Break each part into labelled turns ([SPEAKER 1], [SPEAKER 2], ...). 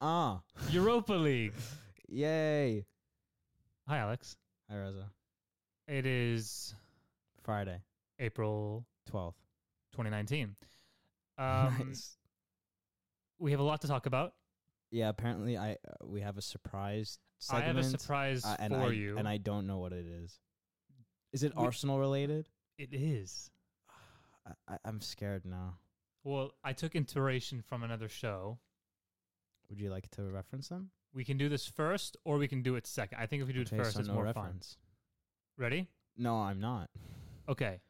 [SPEAKER 1] Ah,
[SPEAKER 2] Europa League.
[SPEAKER 1] yay.
[SPEAKER 2] Hi, Alex.
[SPEAKER 1] Hi, Rosa.
[SPEAKER 2] It is
[SPEAKER 1] Friday,
[SPEAKER 2] April
[SPEAKER 1] 12th.
[SPEAKER 2] 2019. Um,
[SPEAKER 1] nice.
[SPEAKER 2] We have a lot to talk about.
[SPEAKER 1] Yeah, apparently I uh, we have a surprise
[SPEAKER 2] I have
[SPEAKER 1] segment.
[SPEAKER 2] a surprise
[SPEAKER 1] uh, and
[SPEAKER 2] for
[SPEAKER 1] I,
[SPEAKER 2] you.
[SPEAKER 1] And I don't know what it is. Is it
[SPEAKER 2] We- Uh,
[SPEAKER 1] Arsenal related?
[SPEAKER 2] it is.
[SPEAKER 1] I, I, I'm scared now.
[SPEAKER 2] Well, I took inspiration from another show.
[SPEAKER 1] Would you like to reference them?
[SPEAKER 2] We can do this first, or we can do it second. I think if we do it first, it's more fun. Ready?
[SPEAKER 1] No, I'm not.
[SPEAKER 2] Okay.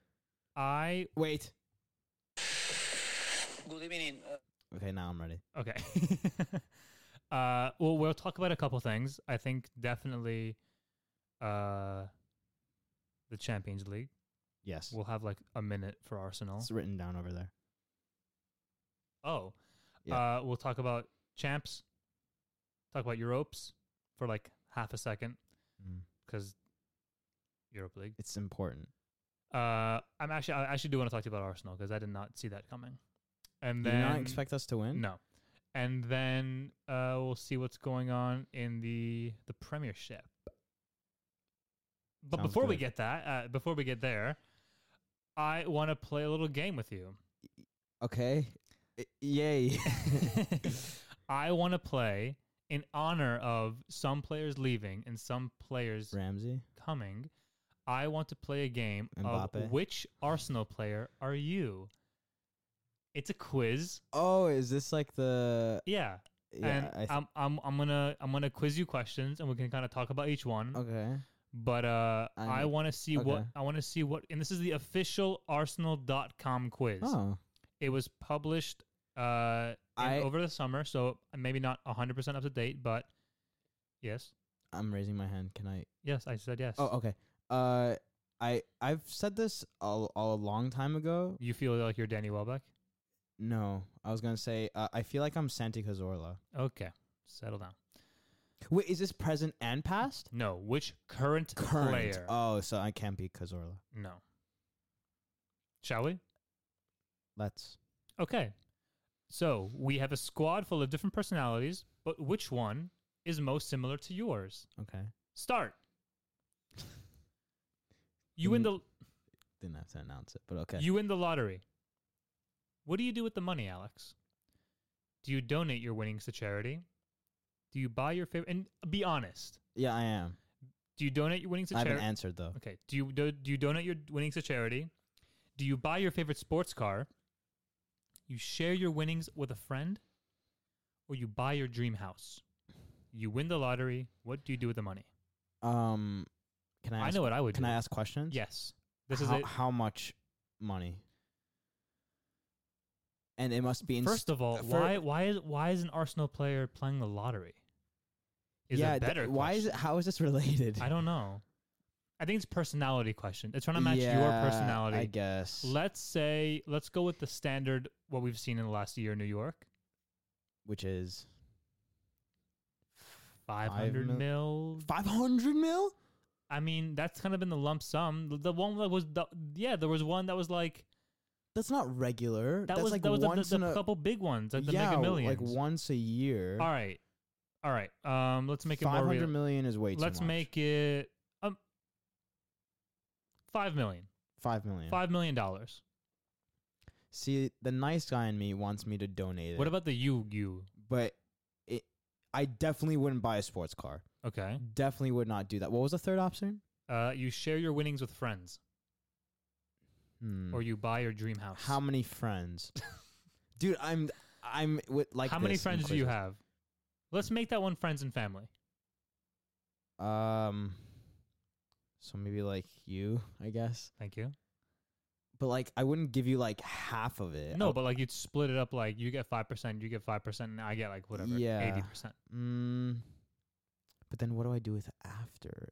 [SPEAKER 2] I
[SPEAKER 1] Wait.
[SPEAKER 3] Good evening. Uh,
[SPEAKER 1] Okay, now I'm ready.
[SPEAKER 2] okay. uh, well, we'll talk about a couple things. I think definitely, uh, the Champions League.
[SPEAKER 1] Yes.
[SPEAKER 2] We'll have like a minute for Arsenal.
[SPEAKER 1] it's written down over there.
[SPEAKER 2] Oh,
[SPEAKER 1] Yeah.
[SPEAKER 2] uh, we'll talk about champs. Talk about Europes for like half a second Hmm.
[SPEAKER 1] Mm.
[SPEAKER 2] because Europe League.
[SPEAKER 1] It's important.
[SPEAKER 2] Uh, I'm actually I actually do want to talk to you about Arsenal because I did not see that coming. And
[SPEAKER 1] Did
[SPEAKER 2] then
[SPEAKER 1] you not expect us to win?
[SPEAKER 2] no, and then uh, we'll see what's going on in the the Premiership. But
[SPEAKER 1] Sounds
[SPEAKER 2] before we
[SPEAKER 1] good.
[SPEAKER 2] get that, uh, before we get there, I want to play a little game with you.
[SPEAKER 1] Okay. I- yay.
[SPEAKER 2] I want to play in honor of some players leaving and some players
[SPEAKER 1] Ramsey.
[SPEAKER 2] coming. I want to play a game
[SPEAKER 1] Mbappe.
[SPEAKER 2] of which Arsenal player are you? It's a quiz.
[SPEAKER 1] Oh, is this like the?
[SPEAKER 2] Yeah.
[SPEAKER 1] Yeah.
[SPEAKER 2] and
[SPEAKER 1] I th-
[SPEAKER 2] I'm I'm I'm going to I'm going to quiz you questions and we can kind of talk about each one.
[SPEAKER 1] okay.
[SPEAKER 2] But uh
[SPEAKER 1] I'm-
[SPEAKER 2] i want to see what
[SPEAKER 1] okay.
[SPEAKER 2] I want to see what and this is the official arsenal.com quiz.
[SPEAKER 1] Oh,
[SPEAKER 2] It was published uh in-
[SPEAKER 1] I-
[SPEAKER 2] over the summer, so maybe not 100% up to date, but yes.
[SPEAKER 1] I'm raising my hand. Can I?
[SPEAKER 2] Yes, I said yes.
[SPEAKER 1] Oh, okay. Uh, I I've said this a, a long time ago.
[SPEAKER 2] You feel like you're Danny Welbeck?
[SPEAKER 1] No, I was gonna say uh, I feel like I'm Santi Cazorla.
[SPEAKER 2] Okay. Settle down.
[SPEAKER 1] Wait, is this present and past?
[SPEAKER 2] No, which current,
[SPEAKER 1] Current.
[SPEAKER 2] player?
[SPEAKER 1] Oh, so I can't be Cazorla.
[SPEAKER 2] no. Shall we?
[SPEAKER 1] Let's.
[SPEAKER 2] Okay. So we have a squad full of different personalities, but which one is most similar to yours?
[SPEAKER 1] Okay.
[SPEAKER 2] Start. You win the
[SPEAKER 1] Didn't have to announce it, but Mm, okay.
[SPEAKER 2] you win the lottery. What do you do with the money, Alex? Do you donate your winnings to charity? Do you buy your favorite? And be honest.
[SPEAKER 1] yeah, I am.
[SPEAKER 2] Do you donate your winnings to
[SPEAKER 1] I haven't
[SPEAKER 2] charity?
[SPEAKER 1] answered though.
[SPEAKER 2] Okay. Do you do, do you donate your winnings to charity? Do you buy your favorite sports car? You share your winnings with a friend, or you buy your dream house. You win the lottery. What do you do with the money?
[SPEAKER 1] Um, can I?
[SPEAKER 2] I,
[SPEAKER 1] Ask,
[SPEAKER 2] know what I would.
[SPEAKER 1] Can
[SPEAKER 2] do.
[SPEAKER 1] I ask questions?
[SPEAKER 2] Yes. This is
[SPEAKER 1] how,
[SPEAKER 2] it.
[SPEAKER 1] how much money? And it must be in
[SPEAKER 2] First of all,
[SPEAKER 1] for-
[SPEAKER 2] why why is why is an Arsenal player playing the lottery? Is
[SPEAKER 1] yeah.
[SPEAKER 2] a
[SPEAKER 1] th-
[SPEAKER 2] better.
[SPEAKER 1] why is
[SPEAKER 2] question.
[SPEAKER 1] it? How is this related?
[SPEAKER 2] I don't know. I think it's personality question. It's trying to match your
[SPEAKER 1] Yeah,
[SPEAKER 2] personality.
[SPEAKER 1] I guess.
[SPEAKER 2] Let's say let's go with the standard what we've seen in the last year in New York.
[SPEAKER 1] Which is
[SPEAKER 2] Five hundred
[SPEAKER 1] mil-
[SPEAKER 2] mil.
[SPEAKER 1] five hundred mil.
[SPEAKER 2] I mean, that's kind of been the lump sum. The- The one that was, the, yeah, there was one that was like
[SPEAKER 1] That's not regular.
[SPEAKER 2] that
[SPEAKER 1] That's
[SPEAKER 2] was
[SPEAKER 1] like
[SPEAKER 2] that was the-
[SPEAKER 1] once
[SPEAKER 2] the,
[SPEAKER 1] in
[SPEAKER 2] the
[SPEAKER 1] a
[SPEAKER 2] couple big ones, like the
[SPEAKER 1] yeah,
[SPEAKER 2] mega
[SPEAKER 1] like
[SPEAKER 2] millions.
[SPEAKER 1] once a year.
[SPEAKER 2] All right, all right. Um, let's make it more
[SPEAKER 1] Five
[SPEAKER 2] real.
[SPEAKER 1] hundred million is way too
[SPEAKER 2] let's
[SPEAKER 1] much.
[SPEAKER 2] make it um five million.
[SPEAKER 1] five million.
[SPEAKER 2] Five million dollars.
[SPEAKER 1] See, the nice guy in me wants me to donate it.
[SPEAKER 2] What about the you you?
[SPEAKER 1] but it, I definitely wouldn't buy a sports car.
[SPEAKER 2] Okay.
[SPEAKER 1] Definitely would not do that. What was the third option?
[SPEAKER 2] Uh, you share your winnings with friends,
[SPEAKER 1] Hmm.
[SPEAKER 2] or you buy your dream house.
[SPEAKER 1] How many friends? Dude, I'm I'm with like
[SPEAKER 2] How many
[SPEAKER 1] this in
[SPEAKER 2] friends do you
[SPEAKER 1] quizzes.
[SPEAKER 2] have? Let's make that one friends and family.
[SPEAKER 1] Um so maybe like you, I guess.
[SPEAKER 2] Thank you.
[SPEAKER 1] But like I wouldn't give you like half of it.
[SPEAKER 2] No,
[SPEAKER 1] I-
[SPEAKER 2] but like you'd split it up. Like you get five percent, you get five percent, and I get like whatever, eighty
[SPEAKER 1] Yeah.
[SPEAKER 2] percent.
[SPEAKER 1] mm, But then what do I do with after?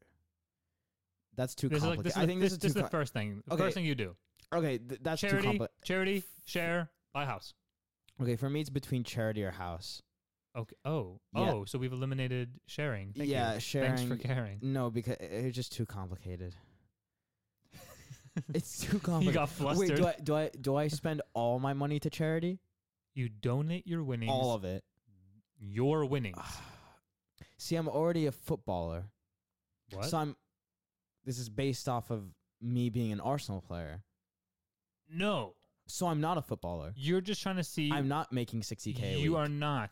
[SPEAKER 1] That's too
[SPEAKER 2] This is like
[SPEAKER 1] complicated.
[SPEAKER 2] this is,
[SPEAKER 1] I
[SPEAKER 2] the-
[SPEAKER 1] think
[SPEAKER 2] this,
[SPEAKER 1] this,
[SPEAKER 2] this
[SPEAKER 1] is too
[SPEAKER 2] the first thing. The
[SPEAKER 1] Okay.
[SPEAKER 2] First thing you do,
[SPEAKER 1] com- Okay, th- that's too
[SPEAKER 2] charity,
[SPEAKER 1] complicated.
[SPEAKER 2] charity, share, buy house.
[SPEAKER 1] Okay, for me it's between charity or house.
[SPEAKER 2] Okay. Oh,
[SPEAKER 1] Yeah.
[SPEAKER 2] oh. So we've eliminated sharing. Thank
[SPEAKER 1] Yeah,
[SPEAKER 2] you. Thanks for
[SPEAKER 1] sharing-
[SPEAKER 2] caring.
[SPEAKER 1] No, because it's just too complicated. It's too
[SPEAKER 2] you
[SPEAKER 1] complicated.
[SPEAKER 2] got flustered.
[SPEAKER 1] Wait, do I do I do I spend all my money to charity?
[SPEAKER 2] you donate your winnings.
[SPEAKER 1] All of Ah, it.
[SPEAKER 2] your winnings.
[SPEAKER 1] See, I'm already a footballer.
[SPEAKER 2] what?
[SPEAKER 1] So I'm. This is based off of me being an Arsenal player.
[SPEAKER 2] no,
[SPEAKER 1] So I'm not a footballer.
[SPEAKER 2] you're just trying to see.
[SPEAKER 1] I'm not making 60k. a
[SPEAKER 2] You
[SPEAKER 1] week.
[SPEAKER 2] are not.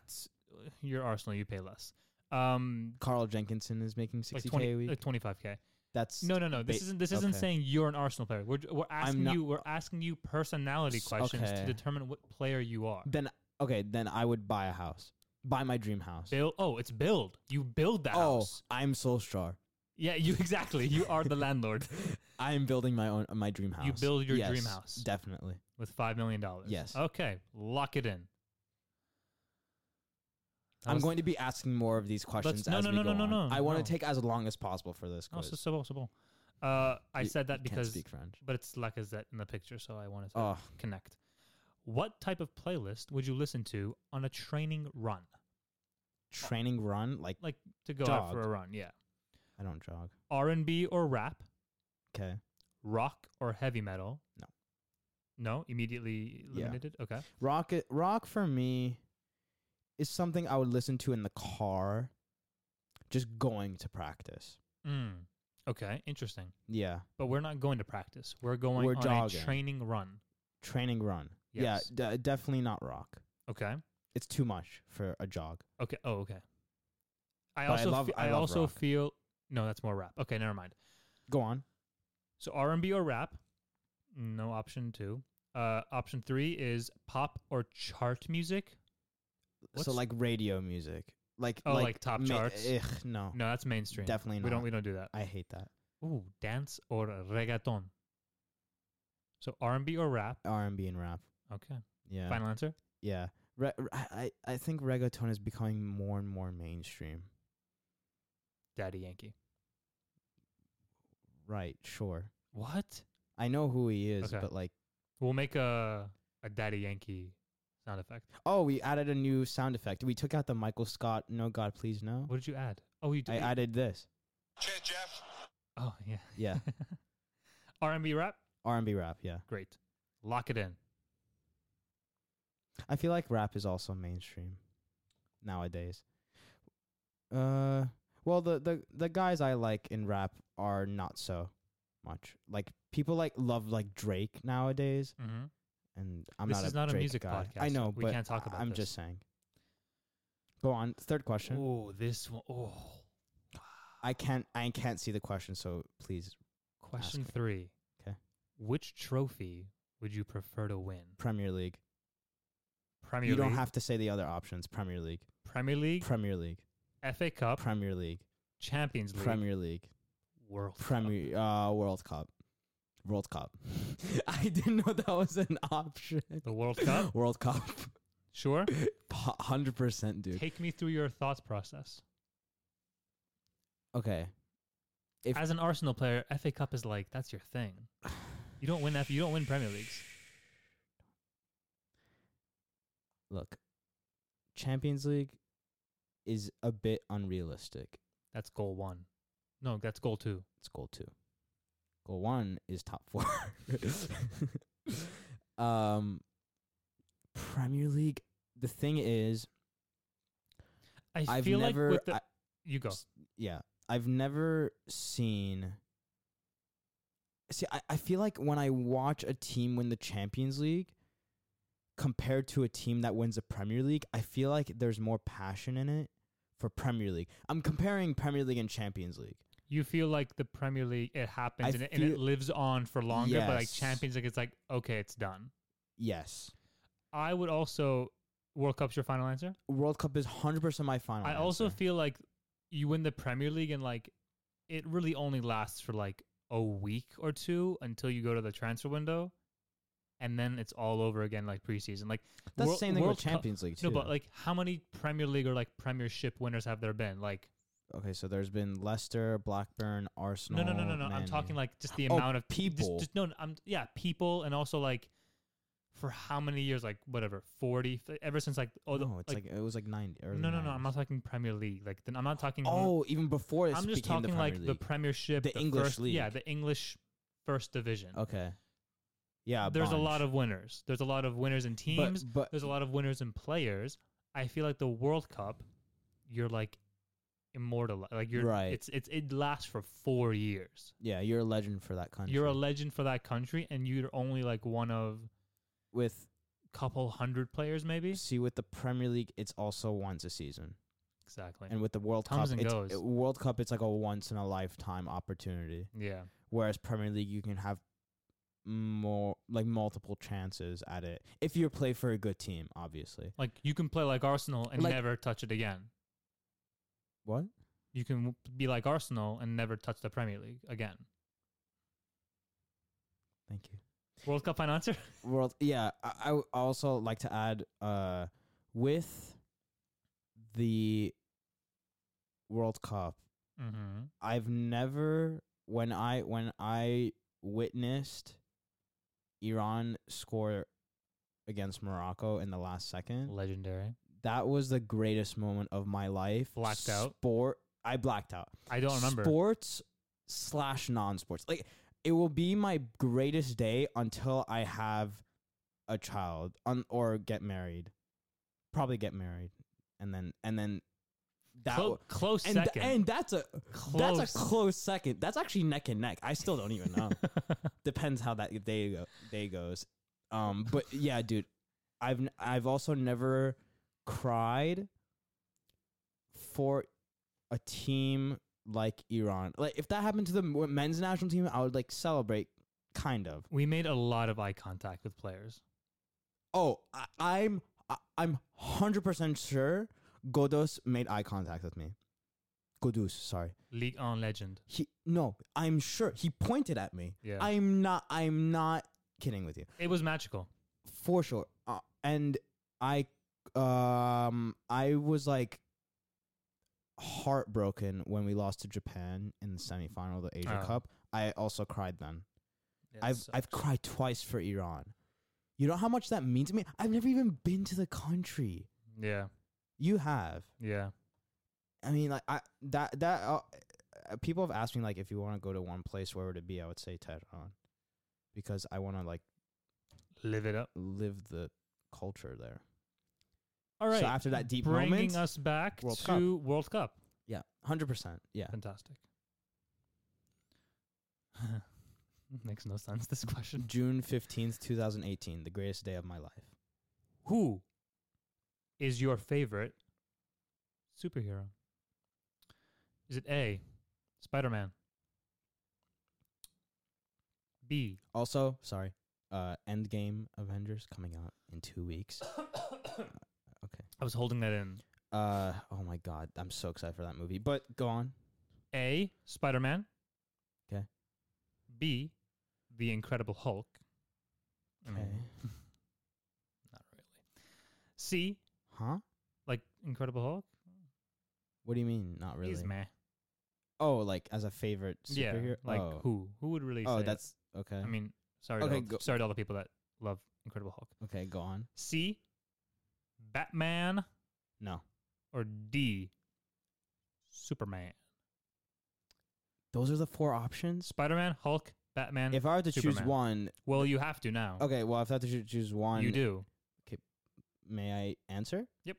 [SPEAKER 2] You're Arsenal. You pay less. Um,
[SPEAKER 1] Carl Jenkinson is making 60k
[SPEAKER 2] like
[SPEAKER 1] a
[SPEAKER 2] twenty,
[SPEAKER 1] week.
[SPEAKER 2] like twenty five k.
[SPEAKER 1] That's
[SPEAKER 2] No, no, no. This
[SPEAKER 1] ba-
[SPEAKER 2] isn't. This isn't
[SPEAKER 1] okay.
[SPEAKER 2] saying you're an Arsenal player. We're j- we're asking
[SPEAKER 1] not-
[SPEAKER 2] you. We're asking you personality
[SPEAKER 1] S-
[SPEAKER 2] questions
[SPEAKER 1] okay.
[SPEAKER 2] to determine what player you are.
[SPEAKER 1] Then okay, then I would buy a house. Buy my dream house.
[SPEAKER 2] Build. Oh, it's build. You build the
[SPEAKER 1] oh,
[SPEAKER 2] house.
[SPEAKER 1] I'm Solskjaer.
[SPEAKER 2] Yeah, you exactly. You are the landlord
[SPEAKER 1] I am building my own my dream house.
[SPEAKER 2] build your
[SPEAKER 1] Yes,
[SPEAKER 2] dream house.
[SPEAKER 1] Definitely.
[SPEAKER 2] with five million dollars.
[SPEAKER 1] Yes.
[SPEAKER 2] Okay, lock it in. That
[SPEAKER 1] I'm
[SPEAKER 2] was-
[SPEAKER 1] going to be asking more of these questions
[SPEAKER 2] no,
[SPEAKER 1] as
[SPEAKER 2] no,
[SPEAKER 1] we
[SPEAKER 2] no,
[SPEAKER 1] go
[SPEAKER 2] no, no,
[SPEAKER 1] on.
[SPEAKER 2] no,
[SPEAKER 1] I want
[SPEAKER 2] no.
[SPEAKER 1] to take as long as possible for this
[SPEAKER 2] Oh,
[SPEAKER 1] quiz.
[SPEAKER 2] so, so, so, so. Uh, I
[SPEAKER 1] You-
[SPEAKER 2] said that
[SPEAKER 1] you
[SPEAKER 2] because
[SPEAKER 1] can't speak French.
[SPEAKER 2] but it's Lacazette in the picture, so I wanted to
[SPEAKER 1] Oh,
[SPEAKER 2] connect. What type of playlist would you listen to on a training run
[SPEAKER 1] training run like
[SPEAKER 2] to go out for
[SPEAKER 1] Jog.
[SPEAKER 2] a run? Yeah,
[SPEAKER 1] I don't jog.
[SPEAKER 2] R and B or rap,
[SPEAKER 1] Okay.
[SPEAKER 2] rock or heavy metal.
[SPEAKER 1] No.
[SPEAKER 2] no, immediately
[SPEAKER 1] Yeah.
[SPEAKER 2] eliminated. Okay,
[SPEAKER 1] Rock i- rock for me is something I would listen to in the car just going to practice.
[SPEAKER 2] mm. okay, interesting.
[SPEAKER 1] Yeah.
[SPEAKER 2] But we're not going to practice. We're going
[SPEAKER 1] We're
[SPEAKER 2] on
[SPEAKER 1] jogging.
[SPEAKER 2] a training run.
[SPEAKER 1] Training run.
[SPEAKER 2] Yes.
[SPEAKER 1] Yeah, d- definitely not rock.
[SPEAKER 2] Okay,
[SPEAKER 1] It's too much for a jog.
[SPEAKER 2] okay. Oh, okay. I
[SPEAKER 1] But I
[SPEAKER 2] also
[SPEAKER 1] love-
[SPEAKER 2] fe-
[SPEAKER 1] I
[SPEAKER 2] I,
[SPEAKER 1] love
[SPEAKER 2] also
[SPEAKER 1] rock.
[SPEAKER 2] feel no, that's more rap. Okay, never mind.
[SPEAKER 1] Go on.
[SPEAKER 2] So R and B or rap? No option two. Uh, option three is pop or chart music.
[SPEAKER 1] so
[SPEAKER 2] What's-
[SPEAKER 1] like radio music, like
[SPEAKER 2] Oh, like top charts?
[SPEAKER 1] Ugh, no,
[SPEAKER 2] No, that's mainstream.
[SPEAKER 1] definitely not.
[SPEAKER 2] We don't we don't do that.
[SPEAKER 1] I hate that
[SPEAKER 2] Ooh, dance or reggaeton. So R and B or rap?
[SPEAKER 1] R and B and rap.
[SPEAKER 2] Okay.
[SPEAKER 1] Yeah,
[SPEAKER 2] Final answer.
[SPEAKER 1] yeah. Re- re- I I I think reggaeton is becoming more and more mainstream.
[SPEAKER 2] Daddy Yankee.
[SPEAKER 1] Right, sure.
[SPEAKER 2] What?
[SPEAKER 1] I know who he is,
[SPEAKER 2] Okay.
[SPEAKER 1] but like,
[SPEAKER 2] We'll make a a Daddy Yankee sound effect.
[SPEAKER 1] oh, we added a new sound effect. We took out the Michael Scott "No God Please No."
[SPEAKER 2] What did you add? Oh, you did.
[SPEAKER 1] I added this.
[SPEAKER 3] Cheers, Jeff.
[SPEAKER 2] oh, yeah.
[SPEAKER 1] Yeah,
[SPEAKER 2] R and B rap.
[SPEAKER 1] R and B rap. Yeah,
[SPEAKER 2] Great. Lock it in.
[SPEAKER 1] I feel like rap is also mainstream nowadays. Uh, well, the the the guys I like in rap are not so much. Like people like love like Drake nowadays,
[SPEAKER 2] Mm-hmm.
[SPEAKER 1] and I'm
[SPEAKER 2] This
[SPEAKER 1] not.
[SPEAKER 2] is
[SPEAKER 1] a
[SPEAKER 2] not a
[SPEAKER 1] Drake
[SPEAKER 2] music
[SPEAKER 1] guy.
[SPEAKER 2] podcast.
[SPEAKER 1] I know,
[SPEAKER 2] We
[SPEAKER 1] but
[SPEAKER 2] can't talk
[SPEAKER 1] I-
[SPEAKER 2] about
[SPEAKER 1] I'm
[SPEAKER 2] this.
[SPEAKER 1] just saying. Go on. Third question.
[SPEAKER 2] Oh, this one. Oh,
[SPEAKER 1] I can't. I can't see the question, so please.
[SPEAKER 2] question
[SPEAKER 1] Ask it.
[SPEAKER 2] three.
[SPEAKER 1] 'Kay.
[SPEAKER 2] Which trophy would you prefer to win?
[SPEAKER 1] Premier League.
[SPEAKER 2] Premier
[SPEAKER 1] you
[SPEAKER 2] League,
[SPEAKER 1] don't have to say the other options. Premier League.
[SPEAKER 2] Premier League,
[SPEAKER 1] Premier League.
[SPEAKER 2] FA Cup,
[SPEAKER 1] Premier League.
[SPEAKER 2] Champions League,
[SPEAKER 1] Premier League.
[SPEAKER 2] World Cup.
[SPEAKER 1] Premier uh, World Cup. World Cup. I didn't know that was an option.
[SPEAKER 2] The World Cup.
[SPEAKER 1] World Cup.
[SPEAKER 2] Sure.
[SPEAKER 1] Hundred percent, dude.
[SPEAKER 2] Take me through your thoughts process.
[SPEAKER 1] Okay. If-
[SPEAKER 2] As an Arsenal player, FA Cup is like that's your thing. You don't win F. You don't win Premier Leagues.
[SPEAKER 1] Look, Champions League is a bit unrealistic.
[SPEAKER 2] That's goal one. No, that's goal two.
[SPEAKER 1] It's goal two. Goal one is top four. um, Premier League. The thing is,
[SPEAKER 2] I
[SPEAKER 1] I've
[SPEAKER 2] feel
[SPEAKER 1] never.
[SPEAKER 2] like with the,
[SPEAKER 1] I-
[SPEAKER 2] you go.
[SPEAKER 1] s- yeah i've never seen see I, I feel like when i watch a team win the champions league compared to a team that wins the premier league i feel like there's more passion in it for premier league i'm comparing premier league and champions league
[SPEAKER 2] You feel like the Premier League it happens
[SPEAKER 1] I
[SPEAKER 2] and, it, and it
[SPEAKER 1] feel-
[SPEAKER 2] lives on for longer, but like
[SPEAKER 1] Yes.
[SPEAKER 2] Champions League, it's like okay, it's done.
[SPEAKER 1] yes
[SPEAKER 2] I would also World Cup's your final answer.
[SPEAKER 1] world cup is 100% my final
[SPEAKER 2] I also
[SPEAKER 1] answer.
[SPEAKER 2] feel like you win the Premier League and like it really only lasts for like a week or two until you go to the transfer window, and then it's all over again like preseason. Like
[SPEAKER 1] that's
[SPEAKER 2] Wor-
[SPEAKER 1] the same thing
[SPEAKER 2] World
[SPEAKER 1] with
[SPEAKER 2] Cup-
[SPEAKER 1] champions league too
[SPEAKER 2] no, but like how many Premier League or like Premiership winners have there been? Like
[SPEAKER 1] okay so there's been leicester blackburn arsenal
[SPEAKER 2] no, no, no, no, no.
[SPEAKER 1] Oh, Man
[SPEAKER 2] I'm
[SPEAKER 1] U.
[SPEAKER 2] talking like just the
[SPEAKER 1] Oh,
[SPEAKER 2] amount of just-
[SPEAKER 1] people.
[SPEAKER 2] Just, no, no, I'm yeah, people, and also like for how many years? Like whatever, forty. f- Ever since like oh, the,
[SPEAKER 1] no it's like, it was like 90 or
[SPEAKER 2] no, no, no. I'm not talking Premier League. Like then I'm not talking.
[SPEAKER 1] oh even before this
[SPEAKER 2] I'm just
[SPEAKER 1] became
[SPEAKER 2] talking
[SPEAKER 1] the
[SPEAKER 2] like
[SPEAKER 1] Premier
[SPEAKER 2] the
[SPEAKER 1] League.
[SPEAKER 2] Premiership,
[SPEAKER 1] The English
[SPEAKER 2] first, Yeah,
[SPEAKER 1] league.
[SPEAKER 2] the English first division.
[SPEAKER 1] Okay. Yeah.
[SPEAKER 2] There's a lot
[SPEAKER 1] bunch.
[SPEAKER 2] of winners. There's a lot of winners in
[SPEAKER 1] But-
[SPEAKER 2] teams.
[SPEAKER 1] But,
[SPEAKER 2] There's a lot of winners in players. I I feel like the World Cup, you're like immortal. Like you're
[SPEAKER 1] Right.
[SPEAKER 2] It's it's it lasts for four years.
[SPEAKER 1] Yeah, you're a legend for that country.
[SPEAKER 2] You're a legend for that country, and you're only like one of
[SPEAKER 1] with
[SPEAKER 2] couple hundred players, maybe.
[SPEAKER 1] see with the Premier League, it's also once a season,
[SPEAKER 2] Exactly.
[SPEAKER 1] and with the World
[SPEAKER 2] Comes
[SPEAKER 1] Cup,
[SPEAKER 2] and
[SPEAKER 1] it's,
[SPEAKER 2] goes.
[SPEAKER 1] uh, World Cup, it's like a once in a lifetime opportunity.
[SPEAKER 2] yeah.
[SPEAKER 1] Whereas Premier League, you can have more like multiple chances at it if you play for a good team, obviously.
[SPEAKER 2] Like you can play like Arsenal and
[SPEAKER 1] Like-
[SPEAKER 2] never touch it again.
[SPEAKER 1] What?
[SPEAKER 2] You can w- be like Arsenal and never touch the Premier League again.
[SPEAKER 1] Thank you.
[SPEAKER 2] World Cup financer.
[SPEAKER 1] World, yeah. I, I would also like to add, uh, with the World Cup,
[SPEAKER 2] mm-hmm.
[SPEAKER 1] I've never when I when I witnessed Iran score against Morocco in the last second,
[SPEAKER 2] Legendary.
[SPEAKER 1] that was the greatest moment of my life.
[SPEAKER 2] Blacked out?
[SPEAKER 1] Sport. I blacked out.
[SPEAKER 2] I don't remember.
[SPEAKER 1] Sports slash non sports. Like it will be my greatest day until I have a child un- or get married. Probably get married, and then and then that.
[SPEAKER 2] Clo-
[SPEAKER 1] w-
[SPEAKER 2] close
[SPEAKER 1] and,
[SPEAKER 2] second.
[SPEAKER 1] th- and that's a
[SPEAKER 2] close.
[SPEAKER 1] that's a close second. That's actually neck and neck. I still don't even know. Depends how that day go, day goes. Um, but yeah, dude, I've n- I've also never cried for a team like Iran. Like if that happened to the m- men's national team, I would like celebrate, kind of.
[SPEAKER 2] we made a lot of eye contact with players.
[SPEAKER 1] Oh, I, I'm I, I'm hundred percent sure Godos made eye contact with me. Godus, sorry.
[SPEAKER 2] League on legend.
[SPEAKER 1] He no, I'm sure he pointed at me.
[SPEAKER 2] Yeah.
[SPEAKER 1] I'm not. I'm not kidding with you
[SPEAKER 2] it was magical.
[SPEAKER 1] for sure. Uh, and I, um, I was like heartbroken when we lost to Japan in the semifinal of the Asia
[SPEAKER 2] Oh.
[SPEAKER 1] Cup. I also cried then.
[SPEAKER 2] It
[SPEAKER 1] I've
[SPEAKER 2] sucked.
[SPEAKER 1] I've cried twice for Iran. You know how much that means to me. I've never even been to the country.
[SPEAKER 2] yeah.
[SPEAKER 1] You have.
[SPEAKER 2] Yeah.
[SPEAKER 1] I mean, like I that that uh, uh, people have asked me like if you want to go to one place, where would it be? I would say Tehran, because I want to like
[SPEAKER 2] Live it up.
[SPEAKER 1] live the culture there.
[SPEAKER 2] All right.
[SPEAKER 1] So after that deep
[SPEAKER 2] bringing
[SPEAKER 1] moment,
[SPEAKER 2] us back
[SPEAKER 1] World
[SPEAKER 2] to
[SPEAKER 1] Cup.
[SPEAKER 2] World Cup.
[SPEAKER 1] yeah, hundred percent, yeah.
[SPEAKER 2] Fantastic. Makes no sense. This question.
[SPEAKER 1] June fifteenth, two thousand eighteen, the greatest day of my life.
[SPEAKER 2] Who is your favorite superhero? Is it A, Spider Man? B,
[SPEAKER 1] Also, sorry, uh, Endgame Avengers coming out in two weeks.
[SPEAKER 2] I was holding that in.
[SPEAKER 1] Uh, oh my god, I'm so excited for that movie. But go on.
[SPEAKER 2] A, Spider Man.
[SPEAKER 1] 'Kay.
[SPEAKER 2] B, The Incredible Hulk. I mean,
[SPEAKER 1] Okay.
[SPEAKER 2] not really. C,
[SPEAKER 1] Huh?
[SPEAKER 2] like Incredible Hulk.
[SPEAKER 1] What do you mean? Not really.
[SPEAKER 2] He's meh.
[SPEAKER 1] Oh, like as a favorite
[SPEAKER 2] Yeah.
[SPEAKER 1] superhero?
[SPEAKER 2] Like
[SPEAKER 1] oh.
[SPEAKER 2] who? Who would really?
[SPEAKER 1] Oh,
[SPEAKER 2] say
[SPEAKER 1] that's okay.
[SPEAKER 2] I mean, sorry. to
[SPEAKER 1] Okay,
[SPEAKER 2] all,
[SPEAKER 1] go-
[SPEAKER 2] Sorry to all the people that love Incredible Hulk.
[SPEAKER 1] okay, go on.
[SPEAKER 2] C, Batman,
[SPEAKER 1] No,
[SPEAKER 2] or D, Superman.
[SPEAKER 1] those are the four options.
[SPEAKER 2] Spider Man, Hulk, Batman.
[SPEAKER 1] If I were to choose
[SPEAKER 2] Superman.
[SPEAKER 1] one,
[SPEAKER 2] well, you have to now.
[SPEAKER 1] okay. Well, if I have to choo- choose one,
[SPEAKER 2] you do.
[SPEAKER 1] May I answer?
[SPEAKER 2] Yep.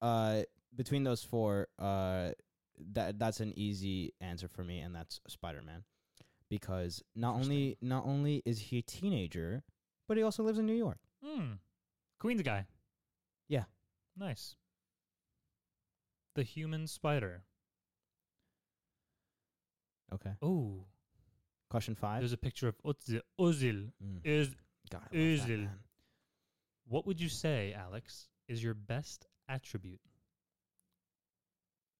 [SPEAKER 1] Uh, between those four, uh, that that's an easy answer for me, and that's Spider Man, because not only not only is he a teenager, but he also lives in New York.
[SPEAKER 2] Hmm. Queen's guy.
[SPEAKER 1] Yeah.
[SPEAKER 2] Nice. The human spider.
[SPEAKER 1] Okay.
[SPEAKER 2] Oh,
[SPEAKER 1] Question five.
[SPEAKER 2] there's a picture of Ozil. Ozil
[SPEAKER 1] Mm.
[SPEAKER 2] is.
[SPEAKER 1] God, I love that
[SPEAKER 2] Özil.
[SPEAKER 1] man.
[SPEAKER 2] What would you say, Alex, is your best attribute?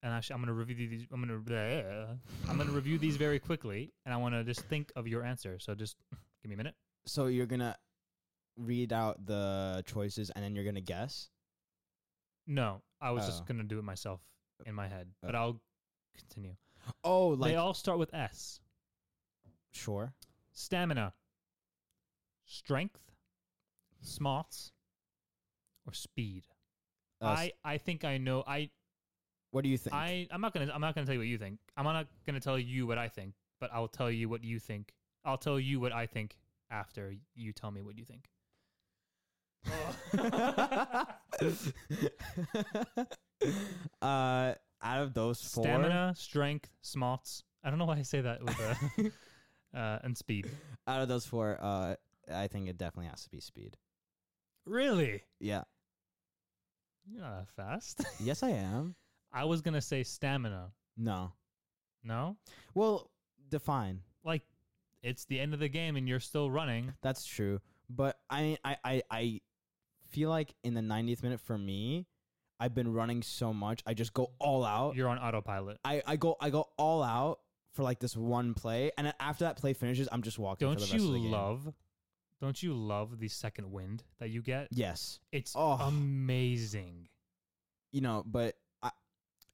[SPEAKER 2] And actually, I'm gonna review these. I'm gonna. I'm gonna review these very quickly, and I want to just think of your answer. So just give me a minute.
[SPEAKER 1] So you're gonna read out the choices, and then you're gonna guess.
[SPEAKER 2] No, I was just
[SPEAKER 1] Oh.
[SPEAKER 2] gonna do it myself in my head, but
[SPEAKER 1] Oh.
[SPEAKER 2] I'll continue.
[SPEAKER 1] Oh, like
[SPEAKER 2] they all start with S.
[SPEAKER 1] sure.
[SPEAKER 2] stamina, strength, smarts, or speed.
[SPEAKER 1] Uh, s-
[SPEAKER 2] I, I think I know. I
[SPEAKER 1] what do you think?
[SPEAKER 2] I I'm not gonna I'm not gonna tell you what you think. I'm not gonna tell you what I think, but I'll tell you what you think. I'll tell you what I think after you tell me what you think.
[SPEAKER 1] uh, out of those four,
[SPEAKER 2] Stamina, strength, smarts. I don't know why I say that with uh, uh, and speed.
[SPEAKER 1] out of those four, uh, I think it definitely has to be speed.
[SPEAKER 2] Really?
[SPEAKER 1] Yeah.
[SPEAKER 2] You're not that fast.
[SPEAKER 1] Yes, I am.
[SPEAKER 2] I was gonna say stamina.
[SPEAKER 1] No.
[SPEAKER 2] No,
[SPEAKER 1] Well, define.
[SPEAKER 2] like it's the end of the game and you're still running.
[SPEAKER 1] That's true. But I mean, I, I, I feel like in the 90th minute for me, I've been running so much. I just go all out.
[SPEAKER 2] You're on autopilot.
[SPEAKER 1] I, I go I go all out for like this one play, and then after that play finishes, I'm just walking. for
[SPEAKER 2] Don't
[SPEAKER 1] the
[SPEAKER 2] you
[SPEAKER 1] rest of the game.
[SPEAKER 2] love? Don't you love the second wind that you get?
[SPEAKER 1] Yes,
[SPEAKER 2] It's
[SPEAKER 1] Oh.
[SPEAKER 2] amazing.
[SPEAKER 1] you know, but I,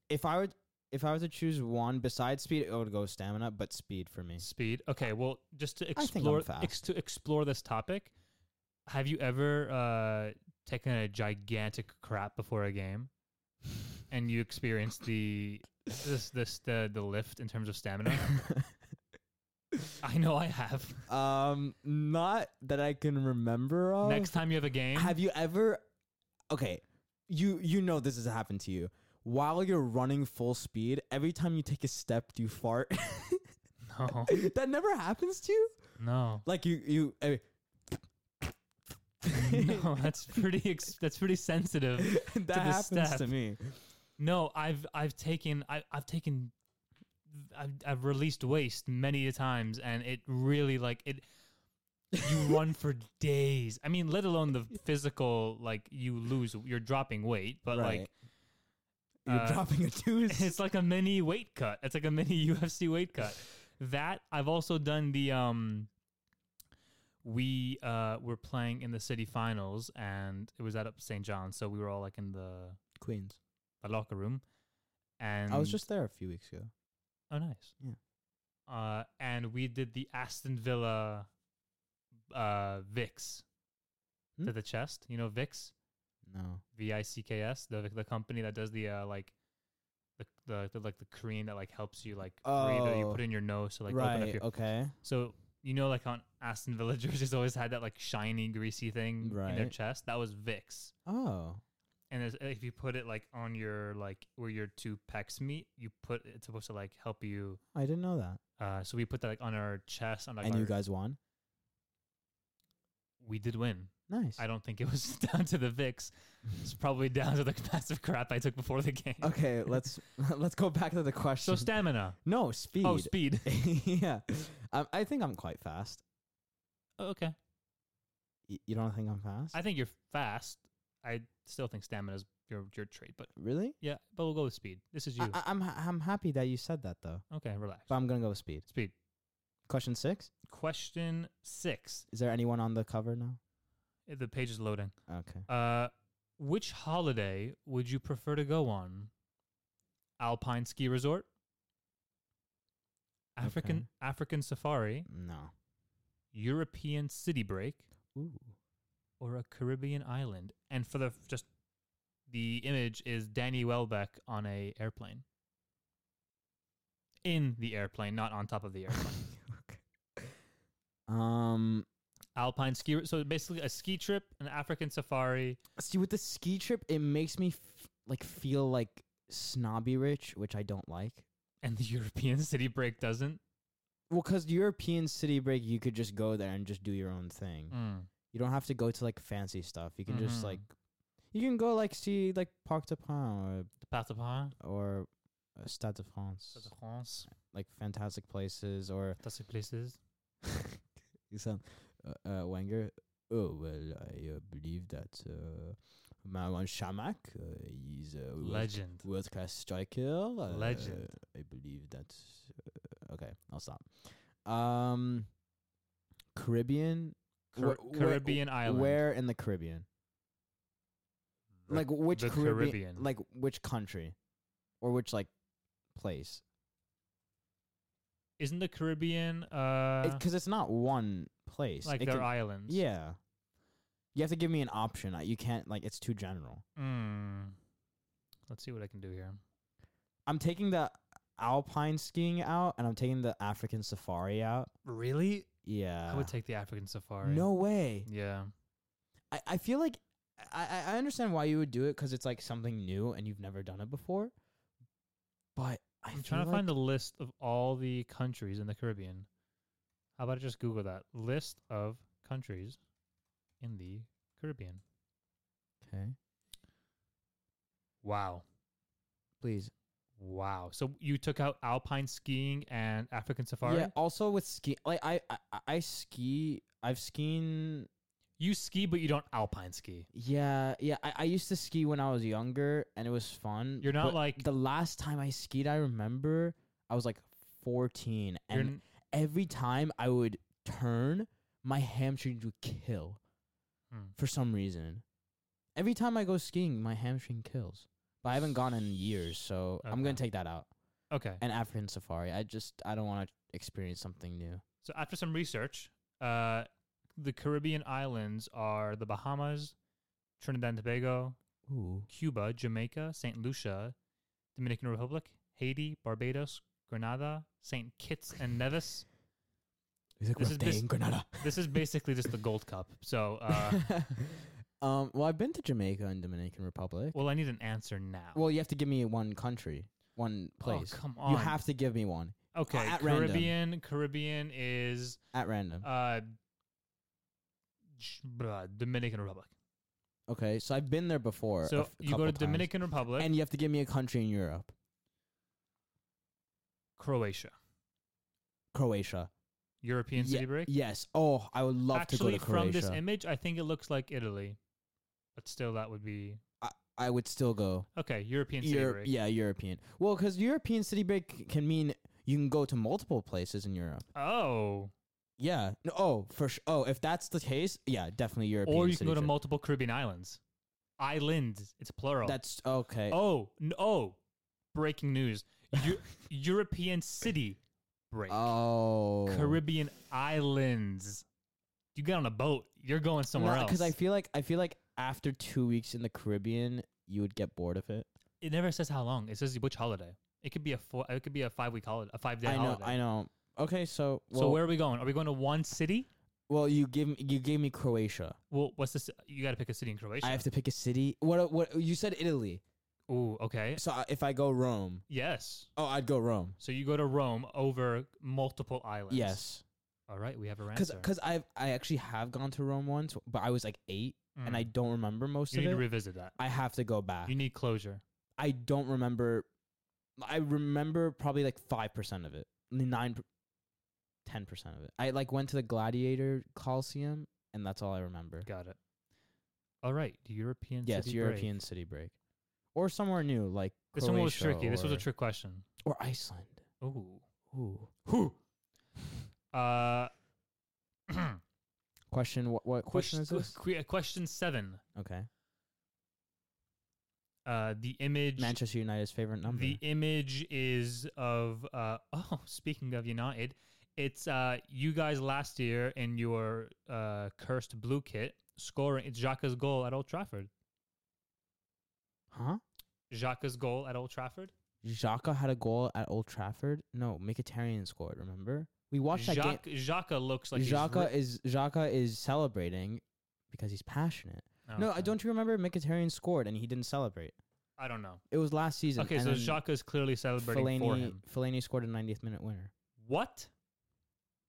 [SPEAKER 1] if I would if I was to choose one besides speed, it would go stamina, but speed for me.
[SPEAKER 2] Speed. Okay, well, just to
[SPEAKER 1] think I'm
[SPEAKER 2] explore ex-
[SPEAKER 1] fast.
[SPEAKER 2] to explore this topic, have you ever uh, taken a gigantic crap before a game, and you experienced the this this the the lift in terms of stamina? I know I have.
[SPEAKER 1] um, not that I can remember. Of.
[SPEAKER 2] Next time you have a game,
[SPEAKER 1] Have you ever? Okay, you you know this has happened to you. While you're running full speed, every time you take a step, do you fart?
[SPEAKER 2] no,
[SPEAKER 1] that never happens to you.
[SPEAKER 2] no,
[SPEAKER 1] Like you you. eh, I mean-
[SPEAKER 2] no. That's pretty. Ex- that's pretty sensitive.
[SPEAKER 1] that
[SPEAKER 2] the
[SPEAKER 1] happens to
[SPEAKER 2] step.
[SPEAKER 1] me.
[SPEAKER 2] No, I've I've taken I, I've taken I've, I've released waste many a times, and it really like it. You run for days. I mean, let alone the physical like you lose. You're dropping weight, but like
[SPEAKER 1] you're
[SPEAKER 2] uh,
[SPEAKER 1] dropping a deuce.
[SPEAKER 2] it's like a mini weight cut. It's like a mini UFC weight cut. That I've also done the um we uh were playing in the city finals and it was at up St. John's, so we were all like in the,
[SPEAKER 1] Queens.
[SPEAKER 2] the locker room. And
[SPEAKER 1] I was just there a few weeks ago.
[SPEAKER 2] Oh nice.
[SPEAKER 1] Yeah.
[SPEAKER 2] Uh and we did the Aston Villa uh Vix
[SPEAKER 1] Hmm?
[SPEAKER 2] to the chest. You know Vix?
[SPEAKER 1] No.
[SPEAKER 2] V I C K S, the the company that does the uh, like the, the the like the cream that like helps you like breathe that you
[SPEAKER 1] Oh.
[SPEAKER 2] put in your nose to like open up
[SPEAKER 1] right. Oh.
[SPEAKER 2] your
[SPEAKER 1] Okay.
[SPEAKER 2] so you know like on Aston Villa jerseys always had that like shiny greasy thing in their
[SPEAKER 1] Right.
[SPEAKER 2] chest that was Vicks
[SPEAKER 1] Oh.
[SPEAKER 2] and there's- if you put it like on your like where your two pecs meet you put it's supposed to like help you
[SPEAKER 1] I didn't know that.
[SPEAKER 2] uh so we put that like on our chest on like
[SPEAKER 1] and
[SPEAKER 2] our,
[SPEAKER 1] you guys won.
[SPEAKER 2] we did win
[SPEAKER 1] Nice.
[SPEAKER 2] I don't think it was down to the Vicks it's probably down to the massive crap I took before the game
[SPEAKER 1] okay, let's let's go back to the question.
[SPEAKER 2] so stamina
[SPEAKER 1] no speed.
[SPEAKER 2] oh speed
[SPEAKER 1] yeah, um, I think I'm quite fast.
[SPEAKER 2] Oh, okay
[SPEAKER 1] Y- you don't think I'm fast?
[SPEAKER 2] I think you're fast. I still think stamina's your your trait, but
[SPEAKER 1] really?
[SPEAKER 2] yeah, but we'll go with speed. This is you.
[SPEAKER 1] I, I- I'm ha- I'm happy that you said that though.
[SPEAKER 2] okay, relax.
[SPEAKER 1] But I'm gonna go with speed.
[SPEAKER 2] Speed.
[SPEAKER 1] Question six.
[SPEAKER 2] Question six.
[SPEAKER 1] Is there anyone on the cover now?
[SPEAKER 2] Uh, The page is loading.
[SPEAKER 1] Okay.
[SPEAKER 2] Uh, which holiday would you prefer to go on? Alpine ski resort, African
[SPEAKER 1] Okay.
[SPEAKER 2] African safari,
[SPEAKER 1] No.
[SPEAKER 2] European city break,
[SPEAKER 1] Ooh.
[SPEAKER 2] or a Caribbean island. And for the f- just the image is Danny Welbeck on a airplane. In the airplane, not on top of the airplane.
[SPEAKER 1] okay. Um.
[SPEAKER 2] Alpine ski. So basically, a ski trip, an African safari.
[SPEAKER 1] See, with the ski trip, it makes me f- like feel like snobby rich, which I don't like.
[SPEAKER 2] And the European city break doesn't.
[SPEAKER 1] Well, 'cause European city break, you could just go there and just do your own thing.
[SPEAKER 2] Mm.
[SPEAKER 1] You don't have to go to like fancy stuff. You can
[SPEAKER 2] Mhm.
[SPEAKER 1] just like, you can go like see like Parc de Pins
[SPEAKER 2] The Path of Hein,
[SPEAKER 1] or or uh, Stade de France,
[SPEAKER 2] Stade de France,
[SPEAKER 1] like fantastic places. Or
[SPEAKER 2] fantastic places.
[SPEAKER 1] you sound uh, uh, Wenger. Oh well, I uh, believe that uh, Marouane Chamakh uh, is a
[SPEAKER 2] Legend.
[SPEAKER 1] world class striker. uh,
[SPEAKER 2] Legend.
[SPEAKER 1] I believe that. Uh, okay, I'll stop. Um, Caribbean,
[SPEAKER 2] Car-
[SPEAKER 1] Wh- wh-
[SPEAKER 2] Caribbean island.
[SPEAKER 1] Where in the Caribbean?
[SPEAKER 2] The-
[SPEAKER 1] like which
[SPEAKER 2] the
[SPEAKER 1] Caribbean,
[SPEAKER 2] Caribbean.
[SPEAKER 1] Like which country, or which like place?
[SPEAKER 2] Isn't the Caribbean? Uh,
[SPEAKER 1] Because it's not one place.
[SPEAKER 2] like
[SPEAKER 1] It
[SPEAKER 2] their
[SPEAKER 1] can-
[SPEAKER 2] islands.
[SPEAKER 1] Yeah. You have to give me an option. I- You can't like it's too general.
[SPEAKER 2] Mm. Let's see what I can do here.
[SPEAKER 1] I'm taking the alpine skiing out, and I'm taking the African safari out.
[SPEAKER 2] Really?
[SPEAKER 1] Yeah.
[SPEAKER 2] I would take the African safari.
[SPEAKER 1] no way.
[SPEAKER 2] Yeah.
[SPEAKER 1] I, I feel like I, I- I understand why you would do it because it's like something new and you've never done it before. But I
[SPEAKER 2] I'm trying to find the list of all the countries in the Caribbean. How about I just Google that? List of countries in the Caribbean.
[SPEAKER 1] Okay,
[SPEAKER 2] Wow.
[SPEAKER 1] please.
[SPEAKER 2] Wow. So you took out alpine skiing and African safari?
[SPEAKER 1] Yeah. Also with ski, like I, I I- I ski. I've skied.
[SPEAKER 2] You ski, but you don't alpine ski.
[SPEAKER 1] Yeah, yeah. I, I used to ski when I was younger, and it was fun.
[SPEAKER 2] You're not
[SPEAKER 1] but
[SPEAKER 2] like-
[SPEAKER 1] the last time I skied. I remember I was like 14,
[SPEAKER 2] You're
[SPEAKER 1] and
[SPEAKER 2] n-
[SPEAKER 1] every time I would turn, my hamstrings would kill
[SPEAKER 2] Hmm.
[SPEAKER 1] for some reason. Every time I go skiing, my hamstring kills. But I haven't gone in years, so I'm gonna
[SPEAKER 2] Okay.
[SPEAKER 1] take that out.
[SPEAKER 2] okay.
[SPEAKER 1] And African safari, I just I don't want to experience something new.
[SPEAKER 2] So after some research, uh, the Caribbean islands are the Bahamas, Trinidad and Tobago,
[SPEAKER 1] Ooh,
[SPEAKER 2] Cuba, Jamaica, St. Lucia, Dominican Republic, Haiti, Barbados, Grenada, St. Kitts and Nevis.
[SPEAKER 1] He's like,
[SPEAKER 2] This
[SPEAKER 1] "We're
[SPEAKER 2] is bas-
[SPEAKER 1] in Grenada.
[SPEAKER 2] This is basically just the Gold Cup. So, uh,
[SPEAKER 1] um, well, I've been to Jamaica and Dominican Republic.
[SPEAKER 2] well, I need an answer now.
[SPEAKER 1] Well, you have to give me one country, one
[SPEAKER 2] oh,
[SPEAKER 1] place.
[SPEAKER 2] come on.
[SPEAKER 1] You have to give me one
[SPEAKER 2] okay.
[SPEAKER 1] at random.
[SPEAKER 2] Caribbean. Caribbean is
[SPEAKER 1] at random.
[SPEAKER 2] uh, J- blah, Dominican Republic.
[SPEAKER 1] okay, so I've been there before. a
[SPEAKER 2] So
[SPEAKER 1] f-
[SPEAKER 2] you go
[SPEAKER 1] couple
[SPEAKER 2] to
[SPEAKER 1] times.
[SPEAKER 2] Dominican Republic,
[SPEAKER 1] and you have to give me a country in Europe.
[SPEAKER 2] Croatia,
[SPEAKER 1] Croatia.
[SPEAKER 2] European
[SPEAKER 1] Ye-
[SPEAKER 2] city break.
[SPEAKER 1] Yes. Oh, I would love
[SPEAKER 2] Actually,
[SPEAKER 1] to go to
[SPEAKER 2] from
[SPEAKER 1] Croatia.
[SPEAKER 2] this image, I think it looks like Italy, but still, that would be
[SPEAKER 1] I would still go.
[SPEAKER 2] okay. European city
[SPEAKER 1] Euro-
[SPEAKER 2] break.
[SPEAKER 1] yeah, European. Well, because European city break c- can mean you can go to multiple places in Europe.
[SPEAKER 2] Oh,
[SPEAKER 1] Yeah. No, oh, for sure. Oh, if that's the case, yeah, definitely European.
[SPEAKER 2] or you
[SPEAKER 1] city
[SPEAKER 2] can go to
[SPEAKER 1] trip.
[SPEAKER 2] multiple Caribbean islands. Islands, it's plural.
[SPEAKER 1] That's okay.
[SPEAKER 2] oh, n- oh, breaking news. Eu- European city break.
[SPEAKER 1] Oh.
[SPEAKER 2] Caribbean islands. You get on a boat, you're going somewhere else.
[SPEAKER 1] Because I feel like I feel like after two weeks in the Caribbean, you would get bored of it.
[SPEAKER 2] it never says how long. It says which holiday. It could be a four. It could be a five week holiday, a five day
[SPEAKER 1] I know.
[SPEAKER 2] holiday.
[SPEAKER 1] I know. Okay, so well,
[SPEAKER 2] So where are we going? Are we going to one city?
[SPEAKER 1] well, you give me, you gave me Croatia.
[SPEAKER 2] Well, what's this? You got to pick a city in Croatia.
[SPEAKER 1] I have to pick a city. What what you said Italy.
[SPEAKER 2] Ooh, okay.
[SPEAKER 1] So I- if I go Rome,
[SPEAKER 2] Yes.
[SPEAKER 1] oh, I'd go Rome.
[SPEAKER 2] So you go to Rome over multiple islands.
[SPEAKER 1] Yes,
[SPEAKER 2] All right, we have a
[SPEAKER 1] because
[SPEAKER 2] answer.
[SPEAKER 1] because I I actually have gone to Rome once, but I was like eight, and
[SPEAKER 2] Mm.
[SPEAKER 1] I don't remember most
[SPEAKER 2] you need
[SPEAKER 1] of
[SPEAKER 2] to
[SPEAKER 1] it.
[SPEAKER 2] revisit that.
[SPEAKER 1] I have to go back.
[SPEAKER 2] You need closure.
[SPEAKER 1] I don't remember. I remember probably like five percent of it, nine, ten percent of it. I like went to the Gladiator Coliseum, and that's all I remember.
[SPEAKER 2] Got it. All right, the European.
[SPEAKER 1] yes,
[SPEAKER 2] city break.
[SPEAKER 1] European city break, or somewhere new like
[SPEAKER 2] This one was
[SPEAKER 1] Croatia
[SPEAKER 2] tricky. This was a
[SPEAKER 1] or-
[SPEAKER 2] trick question.
[SPEAKER 1] or Iceland.
[SPEAKER 2] Ooh.
[SPEAKER 1] Ooh.
[SPEAKER 2] Who? Uh.
[SPEAKER 1] Question. What? What question is
[SPEAKER 2] quest-
[SPEAKER 1] this?
[SPEAKER 2] que- question seven.
[SPEAKER 1] Okay.
[SPEAKER 2] Uh, the image.
[SPEAKER 1] Manchester United's favorite number.
[SPEAKER 2] The image is of uh oh, speaking of United, it's uh you guys last year in your uh cursed blue kit scoring it's Xhaka's goal at Old Trafford.
[SPEAKER 1] huh?
[SPEAKER 2] Xhaka's goal at Old Trafford.
[SPEAKER 1] Xhaka had a goal at Old Trafford. No, Mkhitaryan scored. Remember? We watched that game.
[SPEAKER 2] Xhaka, Xhaka looks like he's
[SPEAKER 1] Xhaka
[SPEAKER 2] ri-
[SPEAKER 1] is Xhaka is celebrating because he's passionate.
[SPEAKER 2] Oh,
[SPEAKER 1] No, I
[SPEAKER 2] okay.
[SPEAKER 1] don't you remember Mkhitaryan scored and he didn't celebrate.
[SPEAKER 2] I don't know.
[SPEAKER 1] It was last season.
[SPEAKER 2] Okay,
[SPEAKER 1] and
[SPEAKER 2] so
[SPEAKER 1] then
[SPEAKER 2] Xhaka's clearly celebrating for
[SPEAKER 1] Fellaini,
[SPEAKER 2] him.
[SPEAKER 1] Fellaini scored a 90th minute winner.
[SPEAKER 2] What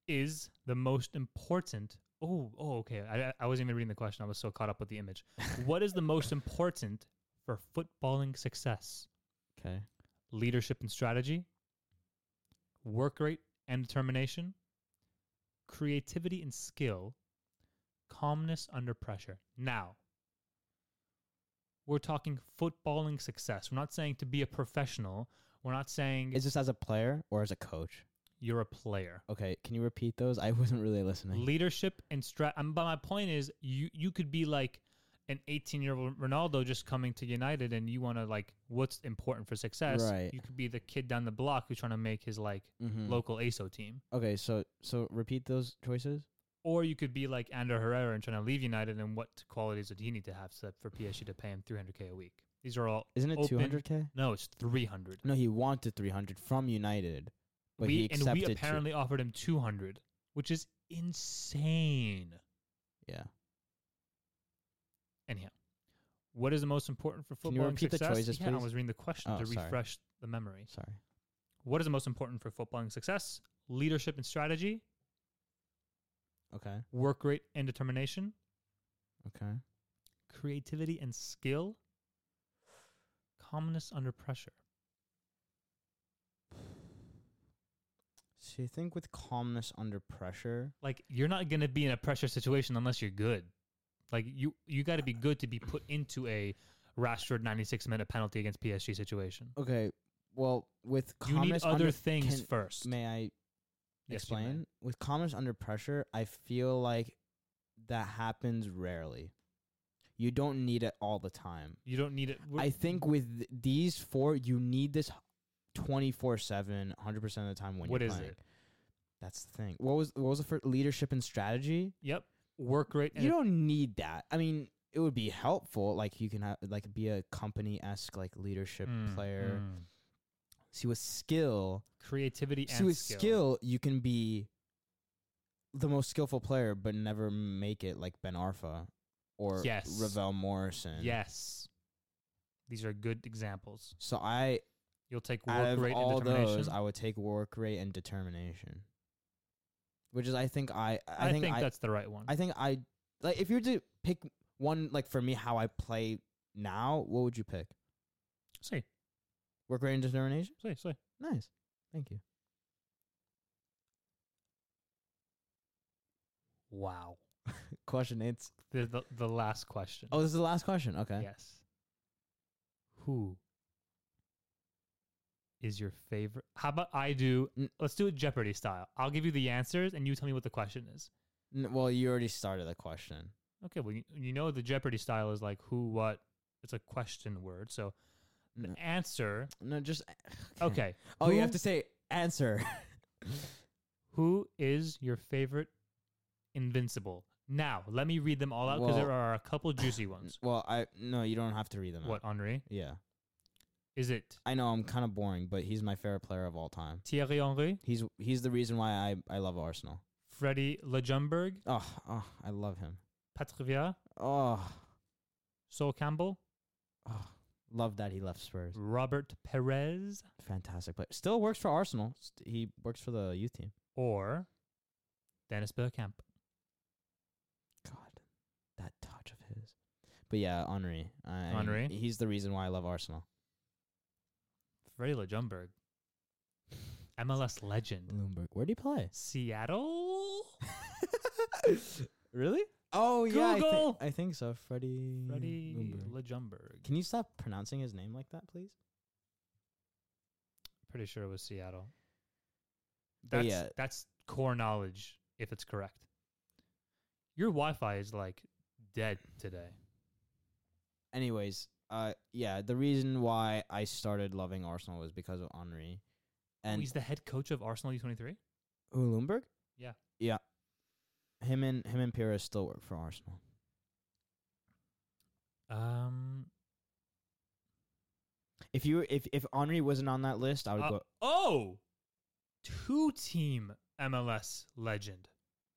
[SPEAKER 2] is the most important? Oh, oh, okay. I, I- I wasn't even reading the question. I was so caught up with the image. what is the most important for footballing success?
[SPEAKER 1] Okay.
[SPEAKER 2] leadership and strategy, work rate and determination, creativity and skill, calmness under pressure. Now, we're talking footballing success. We're not saying to be a professional. We're not saying
[SPEAKER 1] Is this as a player or as a coach?
[SPEAKER 2] you're a player.
[SPEAKER 1] Okay, can you repeat those? I wasn't really listening.
[SPEAKER 2] Leadership and strat. Um, but my point is, you you could be like an 18 year old Ronaldo just coming to United, and you want to like what's important for success.
[SPEAKER 1] Right.
[SPEAKER 2] You could be the kid down the block who's trying to make his like
[SPEAKER 1] Mhm.
[SPEAKER 2] local ASO team.
[SPEAKER 1] Okay, so so repeat those choices.
[SPEAKER 2] Or you could be like Ander Herrera and trying to leave United, and what qualities did he need to have so that for PSG to pay him 300k a week? These are all
[SPEAKER 1] Isn't it
[SPEAKER 2] open-
[SPEAKER 1] 200k?
[SPEAKER 2] No, it's 300.
[SPEAKER 1] No, he wanted 300 from United, but he
[SPEAKER 2] we and
[SPEAKER 1] accepted.
[SPEAKER 2] we
[SPEAKER 1] two-
[SPEAKER 2] apparently offered him 200, which is insane.
[SPEAKER 1] yeah.
[SPEAKER 2] What is the most important for
[SPEAKER 1] Can
[SPEAKER 2] football
[SPEAKER 1] you repeat
[SPEAKER 2] and
[SPEAKER 1] the
[SPEAKER 2] success?
[SPEAKER 1] choices,
[SPEAKER 2] yeah, I
[SPEAKER 1] please?
[SPEAKER 2] was reading the question
[SPEAKER 1] Oh,
[SPEAKER 2] to
[SPEAKER 1] sorry.
[SPEAKER 2] refresh the memory.
[SPEAKER 1] Sorry.
[SPEAKER 2] What is the most important for footballing success? Leadership and strategy,
[SPEAKER 1] Okay.
[SPEAKER 2] work rate and determination,
[SPEAKER 1] Okay.
[SPEAKER 2] creativity and skill, calmness under pressure.
[SPEAKER 1] So you think with calmness under pressure?
[SPEAKER 2] Like you're not going to be in a pressure situation unless you're good. Like you you got to be good to be put into a Rashford 96 minute penalty against PSG situation.
[SPEAKER 1] Okay. Well, with
[SPEAKER 2] You need
[SPEAKER 1] calmness
[SPEAKER 2] other
[SPEAKER 1] under
[SPEAKER 2] things
[SPEAKER 1] can-
[SPEAKER 2] first.
[SPEAKER 1] may I
[SPEAKER 2] Yes, you may.
[SPEAKER 1] explain? With calmness under pressure, I feel like that happens rarely. You don't need it all the time.
[SPEAKER 2] You don't need it.
[SPEAKER 1] I think with th- these four, you need this 24 7, 100% of the time when
[SPEAKER 2] What
[SPEAKER 1] you're
[SPEAKER 2] is
[SPEAKER 1] playing.
[SPEAKER 2] it?
[SPEAKER 1] That's the thing. What was what was the first leadership and strategy?
[SPEAKER 2] Yep. Work rate. And
[SPEAKER 1] you don't need that. I mean, it would be helpful. Like you can have like be a company esque like leadership
[SPEAKER 2] Mm,
[SPEAKER 1] player.
[SPEAKER 2] mm.
[SPEAKER 1] See with skill,
[SPEAKER 2] Creativity
[SPEAKER 1] see
[SPEAKER 2] and
[SPEAKER 1] with
[SPEAKER 2] skill.
[SPEAKER 1] skill, you can be the most skillful player, but never make it like Ben Arfa or
[SPEAKER 2] Yes.
[SPEAKER 1] Ravel Morrison.
[SPEAKER 2] Yes. These are good examples.
[SPEAKER 1] So I,
[SPEAKER 2] You'll take
[SPEAKER 1] out
[SPEAKER 2] work
[SPEAKER 1] of
[SPEAKER 2] rate
[SPEAKER 1] all
[SPEAKER 2] and determination.
[SPEAKER 1] those, I would take work rate and determination, which is I think I I,
[SPEAKER 2] I
[SPEAKER 1] think, I
[SPEAKER 2] that's the right one.
[SPEAKER 1] I think I like if you were to pick one like for me how I play now, what would you pick?
[SPEAKER 2] say,
[SPEAKER 1] Work rate and determination.
[SPEAKER 2] say, say.
[SPEAKER 1] Nice. Thank you.
[SPEAKER 2] Wow.
[SPEAKER 1] Question it's
[SPEAKER 2] The, the, the last question.
[SPEAKER 1] Oh, this is the last question. Okay.
[SPEAKER 2] Yes. Who is your favorite? How about I do?
[SPEAKER 1] Mm.
[SPEAKER 2] Let's do it Jeopardy style. I'll give you the answers and you tell me what the question is.
[SPEAKER 1] N- well, you already started the question.
[SPEAKER 2] Okay, well, you, you know the Jeopardy style is like who, what. It's a question word. So the
[SPEAKER 1] No.
[SPEAKER 2] answer.
[SPEAKER 1] No, just Mm.
[SPEAKER 2] Okay.
[SPEAKER 1] Oh, you
[SPEAKER 2] Who-
[SPEAKER 1] have to say answer.
[SPEAKER 2] Who is your favorite Invincible? Now, let me read them all out because there
[SPEAKER 1] Well-
[SPEAKER 2] are a couple juicy ones.
[SPEAKER 1] well, I no, you don't have to read them. out.
[SPEAKER 2] What, Henri?
[SPEAKER 1] Yeah.
[SPEAKER 2] Is it
[SPEAKER 1] I know I'm kind of boring, but he's my favorite player of all time.
[SPEAKER 2] Thierry Henry,
[SPEAKER 1] He's he's the reason why I I love Arsenal.
[SPEAKER 2] Freddy Lejumberg,
[SPEAKER 1] Oh, oh I love him.
[SPEAKER 2] Patrick Vieira,
[SPEAKER 1] Oh,
[SPEAKER 2] Sol Campbell,
[SPEAKER 1] oh, love that he left Spurs.
[SPEAKER 2] Robert Perez,
[SPEAKER 1] Fantastic player. Still works for Arsenal. St- he works for the youth team.
[SPEAKER 2] or Dennis Bergkamp?
[SPEAKER 1] God, that touch of his. But yeah, Henri. I- I mean,
[SPEAKER 2] Henri?
[SPEAKER 1] he's the reason why I love Arsenal.
[SPEAKER 2] Freddy Lejumberg, MLS legend.
[SPEAKER 1] Bloomberg. Where do you play?
[SPEAKER 2] Seattle?
[SPEAKER 1] really? Oh yeah, I, thi-
[SPEAKER 2] Google!
[SPEAKER 1] I think so. Freddie.
[SPEAKER 2] Freddy
[SPEAKER 1] Ljungberg.
[SPEAKER 2] Lejumberg.
[SPEAKER 1] Can you stop pronouncing his name like that, please?
[SPEAKER 2] Pretty sure it was Seattle.
[SPEAKER 1] But
[SPEAKER 2] That's
[SPEAKER 1] yeah.
[SPEAKER 2] that's core knowledge if it's correct. Your Wi-Fi is like dead today.
[SPEAKER 1] Anyways, uh, yeah, the reason why I started loving Arsenal was because of Henri,
[SPEAKER 2] And
[SPEAKER 1] and
[SPEAKER 2] Oh, he's the head coach of Arsenal U23.
[SPEAKER 1] who Ljungberg?
[SPEAKER 2] Yeah.
[SPEAKER 1] Yeah. Him and him and Pires still work for Arsenal.
[SPEAKER 2] Um.
[SPEAKER 1] If you if if Henri wasn't on that list, I would
[SPEAKER 2] uh,
[SPEAKER 1] go
[SPEAKER 2] oh, two-team MLS legend.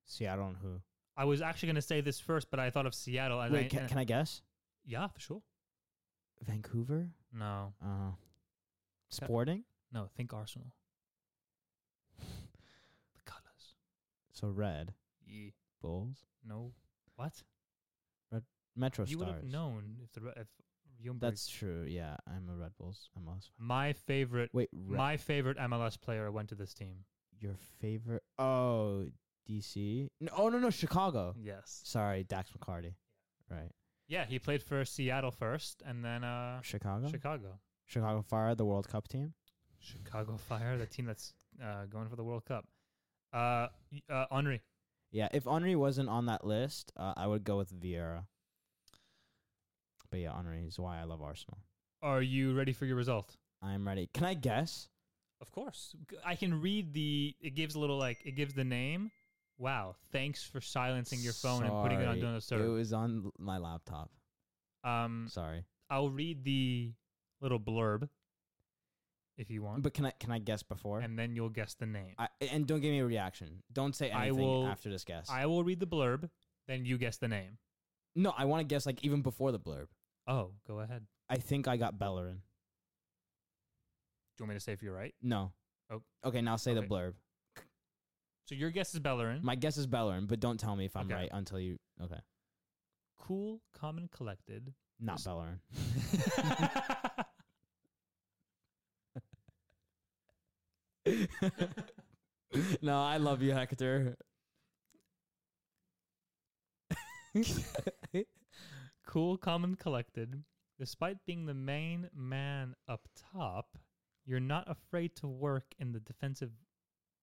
[SPEAKER 1] Seattle and who.
[SPEAKER 2] I was actually going to say this first, but I thought of Seattle. And
[SPEAKER 1] Wait,
[SPEAKER 2] I,
[SPEAKER 1] can,
[SPEAKER 2] and-
[SPEAKER 1] can I guess?
[SPEAKER 2] yeah, for sure.
[SPEAKER 1] Vancouver?
[SPEAKER 2] No,
[SPEAKER 1] Uh, sporting?
[SPEAKER 2] no, think Arsenal. the colors.
[SPEAKER 1] So red.
[SPEAKER 2] Yeah.
[SPEAKER 1] Bulls?
[SPEAKER 2] No. What?
[SPEAKER 1] Metro
[SPEAKER 2] you would
[SPEAKER 1] Stars.
[SPEAKER 2] have known if the re- if Ljungberg-
[SPEAKER 1] That's true. Yeah, I'm a Red Bulls MLS. fan.
[SPEAKER 2] my favorite.
[SPEAKER 1] Wait, Re-
[SPEAKER 2] My favorite MLS player went to this team.
[SPEAKER 1] your favorite? Oh, DC. No, oh no no Chicago.
[SPEAKER 2] Yes.
[SPEAKER 1] Sorry, Dax McCarty. Right,
[SPEAKER 2] Yeah, he played for Seattle first, and then uh,
[SPEAKER 1] Chicago.
[SPEAKER 2] Chicago.
[SPEAKER 1] Chicago Fire, the World Cup team.
[SPEAKER 2] Chicago Fire, the team that's uh, going for the World Cup. Uh, y- uh, Henri.
[SPEAKER 1] Yeah, if Henri wasn't on that list, uh, I would go with Vieira. But yeah, Henri is why I love Arsenal.
[SPEAKER 2] Are you ready for your result?
[SPEAKER 1] I'm ready. Can I guess?
[SPEAKER 2] Of course. G- I can read the. It gives a little like it gives the name. Wow. Thanks for silencing your phone and putting it on
[SPEAKER 1] Sorry,
[SPEAKER 2] Do Not
[SPEAKER 1] It
[SPEAKER 2] Disturb.
[SPEAKER 1] was on l- my laptop.
[SPEAKER 2] Um,
[SPEAKER 1] Sorry,
[SPEAKER 2] I'll read the little blurb if you want,
[SPEAKER 1] but can I can I guess before?
[SPEAKER 2] and then you'll guess the name.
[SPEAKER 1] I, and don't give me a reaction. Don't say
[SPEAKER 2] I
[SPEAKER 1] anything
[SPEAKER 2] will-
[SPEAKER 1] after this guess.
[SPEAKER 2] I will read the blurb, then you guess the name.
[SPEAKER 1] no, I want to guess like even before the blurb.
[SPEAKER 2] Oh, go ahead.
[SPEAKER 1] I think I got Bellerin.
[SPEAKER 2] Do you want me to say if you're right?
[SPEAKER 1] No.
[SPEAKER 2] Oh.
[SPEAKER 1] Okay, now say the
[SPEAKER 2] Okay.
[SPEAKER 1] blurb.
[SPEAKER 2] So your guess is Bellerin.
[SPEAKER 1] My guess is Bellerin, but don't tell me if I'm
[SPEAKER 2] Okay.
[SPEAKER 1] right until you. Okay.
[SPEAKER 2] cool, calm, and collected.
[SPEAKER 1] Not
[SPEAKER 2] Yes.
[SPEAKER 1] Bellerin. no, I love you, Hector.
[SPEAKER 2] cool, calm, and collected. Despite being the main man up top, you're not afraid to work in the defensive.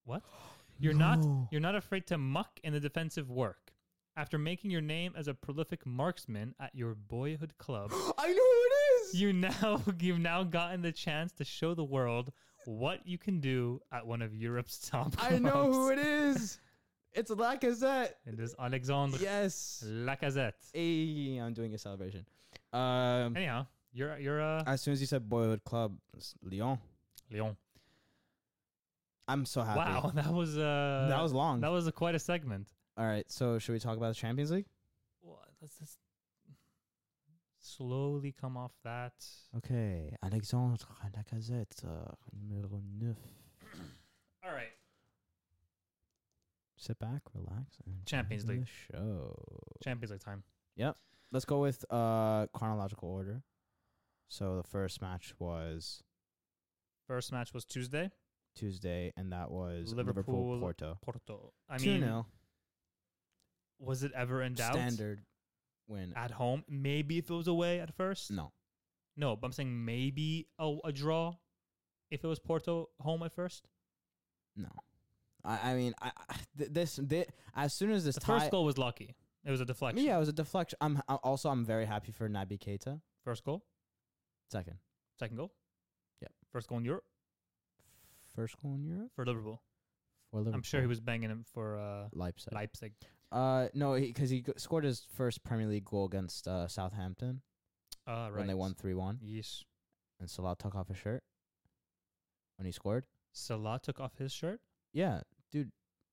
[SPEAKER 2] What? You're not.
[SPEAKER 1] No.
[SPEAKER 2] You're not afraid to muck in the defensive work. After making your name as a prolific marksman at your boyhood club,
[SPEAKER 1] I know who it is.
[SPEAKER 2] you now you've now gotten the chance to show the world what you can do at one of Europe's top.
[SPEAKER 1] I know who
[SPEAKER 2] clubs.
[SPEAKER 1] it is. It's Lacazette.
[SPEAKER 2] It is Alexandre
[SPEAKER 1] Yes.
[SPEAKER 2] Lacazette.
[SPEAKER 1] Hey, I'm doing a celebration. Um,
[SPEAKER 2] Anyhow, you're you're uh,
[SPEAKER 1] as soon as you said Boyhood Club, it's Lyon.
[SPEAKER 2] Lyon.
[SPEAKER 1] I'm so happy.
[SPEAKER 2] Wow, that was uh,
[SPEAKER 1] that was long.
[SPEAKER 2] that was a, quite a segment.
[SPEAKER 1] All right, so should we talk about the Champions League?
[SPEAKER 2] Well, let's just slowly come off that.
[SPEAKER 1] Okay, Alexandre Lacazette, uh, numéro 9.
[SPEAKER 2] All right,
[SPEAKER 1] Sit back, relax, and
[SPEAKER 2] Champions
[SPEAKER 1] enjoy
[SPEAKER 2] League.
[SPEAKER 1] The show.
[SPEAKER 2] Champions League time.
[SPEAKER 1] Let's go with uh chronological order. So the first match was
[SPEAKER 2] First match was Tuesday,
[SPEAKER 1] Tuesday, and that was
[SPEAKER 2] Liverpool-
[SPEAKER 1] Liverpool Porto.
[SPEAKER 2] Porto. I
[SPEAKER 1] Two
[SPEAKER 2] mean,
[SPEAKER 1] nil
[SPEAKER 2] was it ever in doubt?
[SPEAKER 1] standard win.
[SPEAKER 2] At home, maybe if it was away at first.
[SPEAKER 1] No,
[SPEAKER 2] No, but I'm saying maybe a, a draw if it was Porto home at first.
[SPEAKER 1] no. I, I mean, I, I th- this, thi- as soon as this
[SPEAKER 2] The
[SPEAKER 1] tie,
[SPEAKER 2] first goal was lucky. It was a deflection.
[SPEAKER 1] yeah, it was a deflection. I'm I- also I'm very happy for Naby Keita.
[SPEAKER 2] First goal,
[SPEAKER 1] Second,
[SPEAKER 2] second goal.
[SPEAKER 1] Yep.
[SPEAKER 2] First goal in Europe
[SPEAKER 1] first goal in Europe
[SPEAKER 2] for Liverpool.
[SPEAKER 1] for Liverpool.
[SPEAKER 2] I'm sure he was banging him for uh,
[SPEAKER 1] Leipzig.
[SPEAKER 2] Leipzig.
[SPEAKER 1] uh, no, because he, g scored his first Premier League goal against uh, Southampton
[SPEAKER 2] Uh, right.
[SPEAKER 1] when they won three one,
[SPEAKER 2] Yes.
[SPEAKER 1] and Salah took off his shirt when he scored.
[SPEAKER 2] Salah took off his shirt.
[SPEAKER 1] Yeah,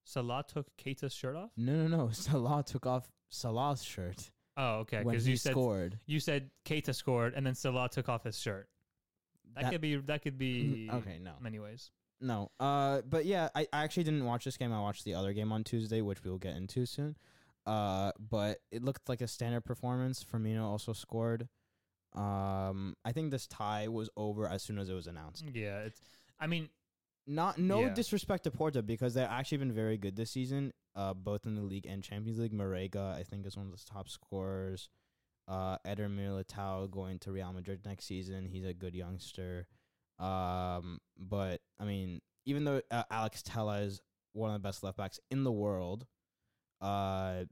[SPEAKER 2] Salah took Keita's shirt off.
[SPEAKER 1] no, no, no. Salah took off Salah's shirt
[SPEAKER 2] Oh, okay.
[SPEAKER 1] when
[SPEAKER 2] Because
[SPEAKER 1] he
[SPEAKER 2] you said
[SPEAKER 1] scored.
[SPEAKER 2] you said Keita scored, and then Salah took off his shirt. That,
[SPEAKER 1] That- Mm,
[SPEAKER 2] could be that could be
[SPEAKER 1] Mm-hmm. okay, no,
[SPEAKER 2] Many ways.
[SPEAKER 1] no. Uh, but yeah, I, I actually didn't watch this game. I watched the other game on Tuesday, which we will get into soon. Uh, but it looked like a standard performance. Firmino also scored. Um, I think this tie was over as soon as it was announced.
[SPEAKER 2] Yeah. It's. I mean,
[SPEAKER 1] Not no
[SPEAKER 2] Yeah.
[SPEAKER 1] disrespect to Porto because they've actually been very good this season, uh, both in the league and Champions League. Marega, I think, is one of the top scorers. Uh, Eder Militao going to Real Madrid next season. He's a good youngster. Um, but I mean, even though uh, Alex Tella is one of the best left backs in the world, uh,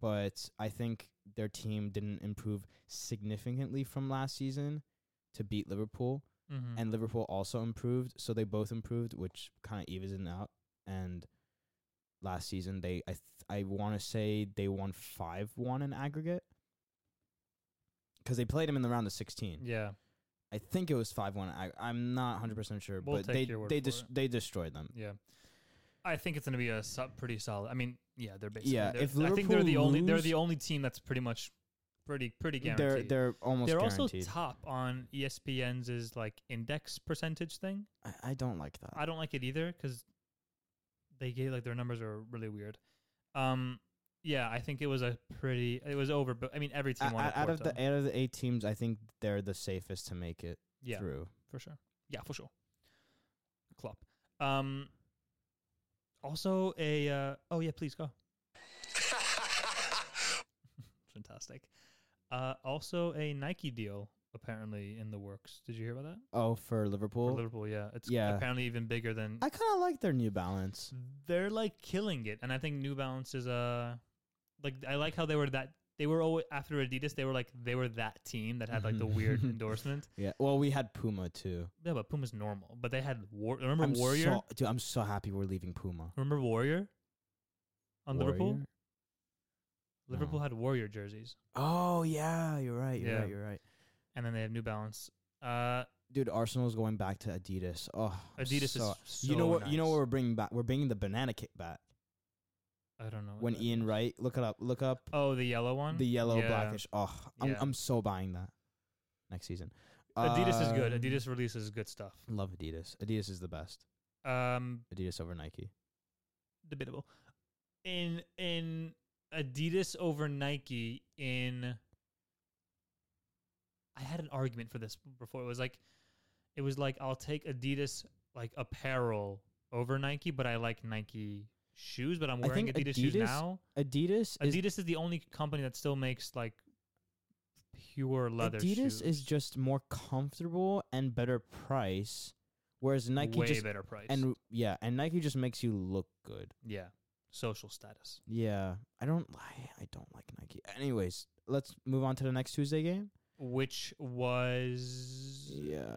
[SPEAKER 1] but I think their team didn't improve significantly from last season to beat Liverpool
[SPEAKER 2] mhm.
[SPEAKER 1] and Liverpool also improved, so they both improved, which kind of evens it out. And last season, they I th- I want to say they won five one in aggregate because they played them in the round of sixteen.
[SPEAKER 2] yeah.
[SPEAKER 1] I think it was five one. I I'm not hundred percent sure,
[SPEAKER 2] We'll
[SPEAKER 1] but
[SPEAKER 2] take
[SPEAKER 1] they
[SPEAKER 2] your word
[SPEAKER 1] they
[SPEAKER 2] for
[SPEAKER 1] des-
[SPEAKER 2] it.
[SPEAKER 1] they destroyed them.
[SPEAKER 2] Yeah. I think it's going to be a so- pretty solid. I mean, yeah, they're basically.
[SPEAKER 1] Yeah,
[SPEAKER 2] they're-
[SPEAKER 1] if
[SPEAKER 2] I think they're the
[SPEAKER 1] Liverpool
[SPEAKER 2] only they're
[SPEAKER 1] lose-
[SPEAKER 2] the only team that's pretty much pretty pretty
[SPEAKER 1] They're
[SPEAKER 2] guaranteed.
[SPEAKER 1] they're almost
[SPEAKER 2] They're also
[SPEAKER 1] guaranteed.
[SPEAKER 2] top on E ESPN's is like index percentage thing.
[SPEAKER 1] I, I don't like that.
[SPEAKER 2] I don't like it either because they gave like their numbers are really weird. Um, yeah, I think it was a pretty. It was over, but I mean, every team
[SPEAKER 1] O-
[SPEAKER 2] wanted
[SPEAKER 1] o- out of
[SPEAKER 2] Porto.
[SPEAKER 1] the out of the eight teams, I think they're the safest to make it
[SPEAKER 2] yeah
[SPEAKER 1] through.
[SPEAKER 2] for sure. Yeah, for sure. Klopp. Um, also a uh, oh yeah, please go. Fantastic. Uh, also a Nike deal apparently in the works. Did you hear about that?
[SPEAKER 1] Oh, for
[SPEAKER 2] For
[SPEAKER 1] Liverpool,
[SPEAKER 2] Liverpool, yeah, it's
[SPEAKER 1] yeah.
[SPEAKER 2] apparently even bigger than
[SPEAKER 1] I kind of like their New Balance.
[SPEAKER 2] they're like killing it, and I think New Balance is uh like I like how they were that they were always after Adidas they were like they were that team that had like the weird endorsement.
[SPEAKER 1] Yeah. Well, we had Puma too.
[SPEAKER 2] Yeah, but Puma's normal, but they had war. Remember
[SPEAKER 1] I'm
[SPEAKER 2] Warrior?
[SPEAKER 1] So, dude, I'm so happy we're leaving Puma.
[SPEAKER 2] Remember Warrior on Liverpool?
[SPEAKER 1] Warrior?
[SPEAKER 2] Liverpool
[SPEAKER 1] No.
[SPEAKER 2] had Warrior jerseys,
[SPEAKER 1] Oh yeah, you're right. You're
[SPEAKER 2] Yeah.
[SPEAKER 1] right. You're right.
[SPEAKER 2] and then they have New Balance. Uh,
[SPEAKER 1] Dude, Arsenal's going back to Adidas. Oh, I'm
[SPEAKER 2] Adidas
[SPEAKER 1] so-
[SPEAKER 2] is so
[SPEAKER 1] you know what? You know
[SPEAKER 2] nice.
[SPEAKER 1] what we're bringing back? We're bringing the banana kit back.
[SPEAKER 2] I don't know. what
[SPEAKER 1] when
[SPEAKER 2] that
[SPEAKER 1] Ian
[SPEAKER 2] is.
[SPEAKER 1] Wright, look it up, look up
[SPEAKER 2] Oh, the yellow one.
[SPEAKER 1] the yellow
[SPEAKER 2] Yeah.
[SPEAKER 1] blackish. Oh, I'm
[SPEAKER 2] Yeah.
[SPEAKER 1] I'm so buying that next season.
[SPEAKER 2] Adidas is good.
[SPEAKER 1] Um,
[SPEAKER 2] Adidas releases good stuff.
[SPEAKER 1] Love Adidas. Adidas is the best.
[SPEAKER 2] Um,
[SPEAKER 1] Adidas over Nike.
[SPEAKER 2] debatable. In in Adidas over Nike in I had an argument for this before. It was like it was like I'll take Adidas like apparel over Nike, but I like Nike shoes, but I'm
[SPEAKER 1] I
[SPEAKER 2] wearing
[SPEAKER 1] think
[SPEAKER 2] Adidas, shoes
[SPEAKER 1] Adidas
[SPEAKER 2] now.
[SPEAKER 1] Adidas is
[SPEAKER 2] Adidas is the only company that still makes like pure leather
[SPEAKER 1] Adidas
[SPEAKER 2] shoes.
[SPEAKER 1] is just more comfortable and better price, whereas Nike
[SPEAKER 2] way
[SPEAKER 1] just
[SPEAKER 2] better price.
[SPEAKER 1] and yeah, and Nike just makes you look good.
[SPEAKER 2] yeah. Social status.
[SPEAKER 1] Yeah, I don't I, I don't like Nike. Anyways, let's move on to the next Tuesday game.
[SPEAKER 2] Which was
[SPEAKER 1] Yeah,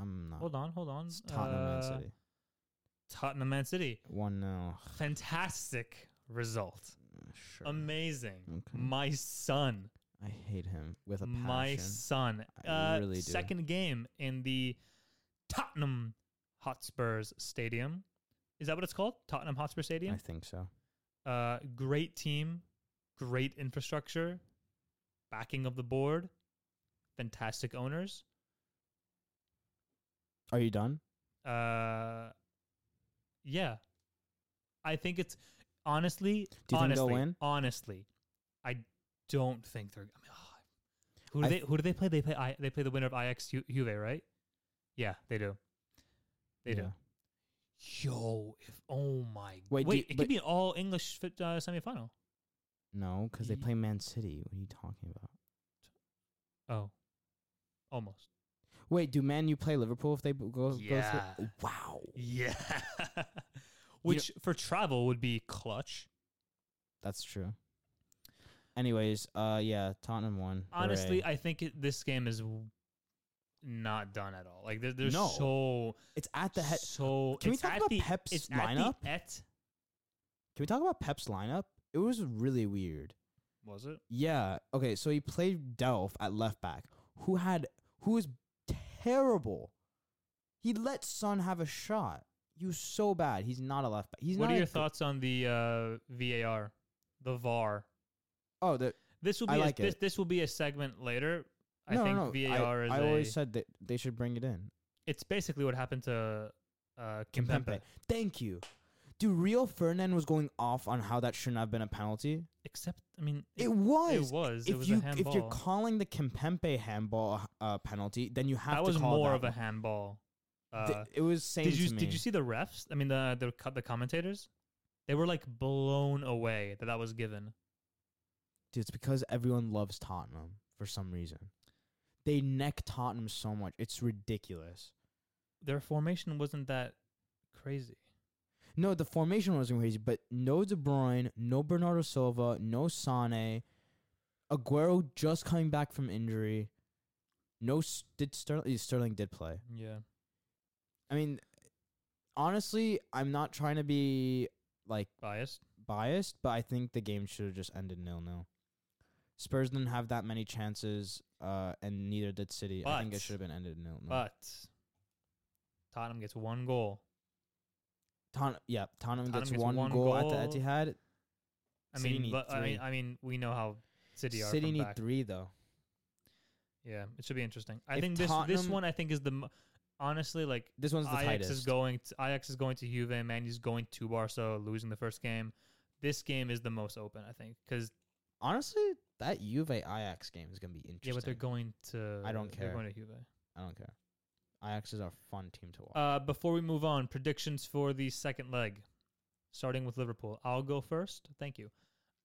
[SPEAKER 1] I'm not.
[SPEAKER 2] Hold on, hold on.
[SPEAKER 1] It's Tottenham Man
[SPEAKER 2] Uh,
[SPEAKER 1] City.
[SPEAKER 2] Tottenham Man City.
[SPEAKER 1] One 0
[SPEAKER 2] Fantastic result.
[SPEAKER 1] Sure.
[SPEAKER 2] um, Amazing.
[SPEAKER 1] Okay.
[SPEAKER 2] My son.
[SPEAKER 1] I hate him with a passion.
[SPEAKER 2] My son.
[SPEAKER 1] I
[SPEAKER 2] uh,
[SPEAKER 1] really do.
[SPEAKER 2] Second game in the Tottenham Hotspurs Stadium. Is that what it's called? Tottenham
[SPEAKER 1] I
[SPEAKER 2] Hotspur Stadium?
[SPEAKER 1] think so.
[SPEAKER 2] Uh, great team, great infrastructure, backing of the board, fantastic owners.
[SPEAKER 1] Are you done?
[SPEAKER 2] Uh, yeah, I think it's honestly.
[SPEAKER 1] Do you think
[SPEAKER 2] honestly,
[SPEAKER 1] they'll win?
[SPEAKER 2] Honestly, I don't think they're. I mean, ah, who do
[SPEAKER 1] I
[SPEAKER 2] they?
[SPEAKER 1] th-
[SPEAKER 2] Who do they play? They play. I, they play the winner of Ajax Ju- Juve, right? Yeah, they do. They do. Yo, if oh my
[SPEAKER 1] Wait,
[SPEAKER 2] wait,
[SPEAKER 1] do you-
[SPEAKER 2] it
[SPEAKER 1] but-
[SPEAKER 2] could be an all English fit, uh, semifinal.
[SPEAKER 1] No, because they
[SPEAKER 2] Ye-
[SPEAKER 1] play Man City. What are you talking about?
[SPEAKER 2] Oh, almost.
[SPEAKER 1] Wait, do Man you play Liverpool if they b- go? go
[SPEAKER 2] Yeah.
[SPEAKER 1] through? Wow.
[SPEAKER 2] Yeah, which for travel would be clutch.
[SPEAKER 1] That's true. Anyways, uh, yeah, Tottenham won.
[SPEAKER 2] honestly,
[SPEAKER 1] Hooray.
[SPEAKER 2] I think it, this game is w- not done at all. Like there, there's
[SPEAKER 1] No.
[SPEAKER 2] so
[SPEAKER 1] it's at the head.
[SPEAKER 2] so.
[SPEAKER 1] Can we
[SPEAKER 2] it's
[SPEAKER 1] talk
[SPEAKER 2] at
[SPEAKER 1] about
[SPEAKER 2] the,
[SPEAKER 1] Pep's
[SPEAKER 2] it's At
[SPEAKER 1] lineup?
[SPEAKER 2] the et,
[SPEAKER 1] Can we talk about Pep's lineup? It was really weird.
[SPEAKER 2] was it?
[SPEAKER 1] Yeah. Okay. So he played Delph at left back, who had who was terrible. He let Son have a shot. He was so bad. He's not a left back. He's
[SPEAKER 2] what
[SPEAKER 1] not
[SPEAKER 2] are
[SPEAKER 1] a
[SPEAKER 2] your
[SPEAKER 1] good-
[SPEAKER 2] thoughts on the uh, VAR, the VAR?
[SPEAKER 1] Oh, the,
[SPEAKER 2] This will
[SPEAKER 1] I
[SPEAKER 2] be
[SPEAKER 1] like
[SPEAKER 2] a, this,
[SPEAKER 1] it.
[SPEAKER 2] this will be a segment later. I
[SPEAKER 1] no,
[SPEAKER 2] think
[SPEAKER 1] no, no. I-
[SPEAKER 2] VAR is
[SPEAKER 1] I,
[SPEAKER 2] a.
[SPEAKER 1] always said that they should bring it in.
[SPEAKER 2] it's basically what happened to uh, Kimpembe,
[SPEAKER 1] Kimpembe. Thank you. Dude, Rio Ferdinand was going off on how that shouldn't have been a penalty.
[SPEAKER 2] except I mean
[SPEAKER 1] It was.
[SPEAKER 2] It was. It
[SPEAKER 1] if
[SPEAKER 2] was
[SPEAKER 1] you
[SPEAKER 2] a
[SPEAKER 1] if you're
[SPEAKER 2] handball.
[SPEAKER 1] calling the Kempembe handball uh, penalty, then you have
[SPEAKER 2] that
[SPEAKER 1] to
[SPEAKER 2] was
[SPEAKER 1] call
[SPEAKER 2] more
[SPEAKER 1] that
[SPEAKER 2] of a
[SPEAKER 1] one.
[SPEAKER 2] handball. Uh,
[SPEAKER 1] Th- it was same
[SPEAKER 2] did you
[SPEAKER 1] to me.
[SPEAKER 2] did you see the refs? I mean the the co- the commentators, they were like blown away that that was given.
[SPEAKER 1] Dude, it's because everyone loves Tottenham for some reason. They neck Tottenham so much. It's ridiculous.
[SPEAKER 2] Their formation wasn't that crazy.
[SPEAKER 1] No, the formation wasn't crazy, but no De Bruyne, no Bernardo Silva, no Sane, Aguero just coming back from injury. No, S- did Sterling? Sterling did play.
[SPEAKER 2] Yeah,
[SPEAKER 1] I mean, honestly, I'm not trying to be like
[SPEAKER 2] biased.
[SPEAKER 1] biased, but I think the game should have just ended nil nil. Spurs didn't have that many chances, uh, and neither did City. I think it
[SPEAKER 2] But-
[SPEAKER 1] should have been ended nil nil.
[SPEAKER 2] But Tottenham gets one goal.
[SPEAKER 1] Ton- yeah, Tottenham,
[SPEAKER 2] Tottenham
[SPEAKER 1] gets,
[SPEAKER 2] gets
[SPEAKER 1] one,
[SPEAKER 2] one
[SPEAKER 1] goal, at
[SPEAKER 2] goal.
[SPEAKER 1] the Etihad.
[SPEAKER 2] I
[SPEAKER 1] City
[SPEAKER 2] mean,
[SPEAKER 1] need
[SPEAKER 2] but I
[SPEAKER 1] three.
[SPEAKER 2] mean, I mean, we know how City are.
[SPEAKER 1] City
[SPEAKER 2] from
[SPEAKER 1] need
[SPEAKER 2] back.
[SPEAKER 1] three though.
[SPEAKER 2] Yeah, it should be interesting. I
[SPEAKER 1] If
[SPEAKER 2] think this this
[SPEAKER 1] Tottenham-
[SPEAKER 2] one I think is the m- honestly like
[SPEAKER 1] This one's the
[SPEAKER 2] Ajax
[SPEAKER 1] tightest.
[SPEAKER 2] is going to, Ajax is going to Juve, Man U's going to Barca, losing the first game. This game is the most open, I think, because
[SPEAKER 1] Honestly, that Juve Ajax game is gonna be interesting.
[SPEAKER 2] yeah, but they're going to
[SPEAKER 1] I don't
[SPEAKER 2] They're
[SPEAKER 1] care.
[SPEAKER 2] going to Juve.
[SPEAKER 1] I don't care. Ajax is a fun team to watch.
[SPEAKER 2] Uh, before we move on, predictions for the second leg, starting with Liverpool. I'll go first. Thank you.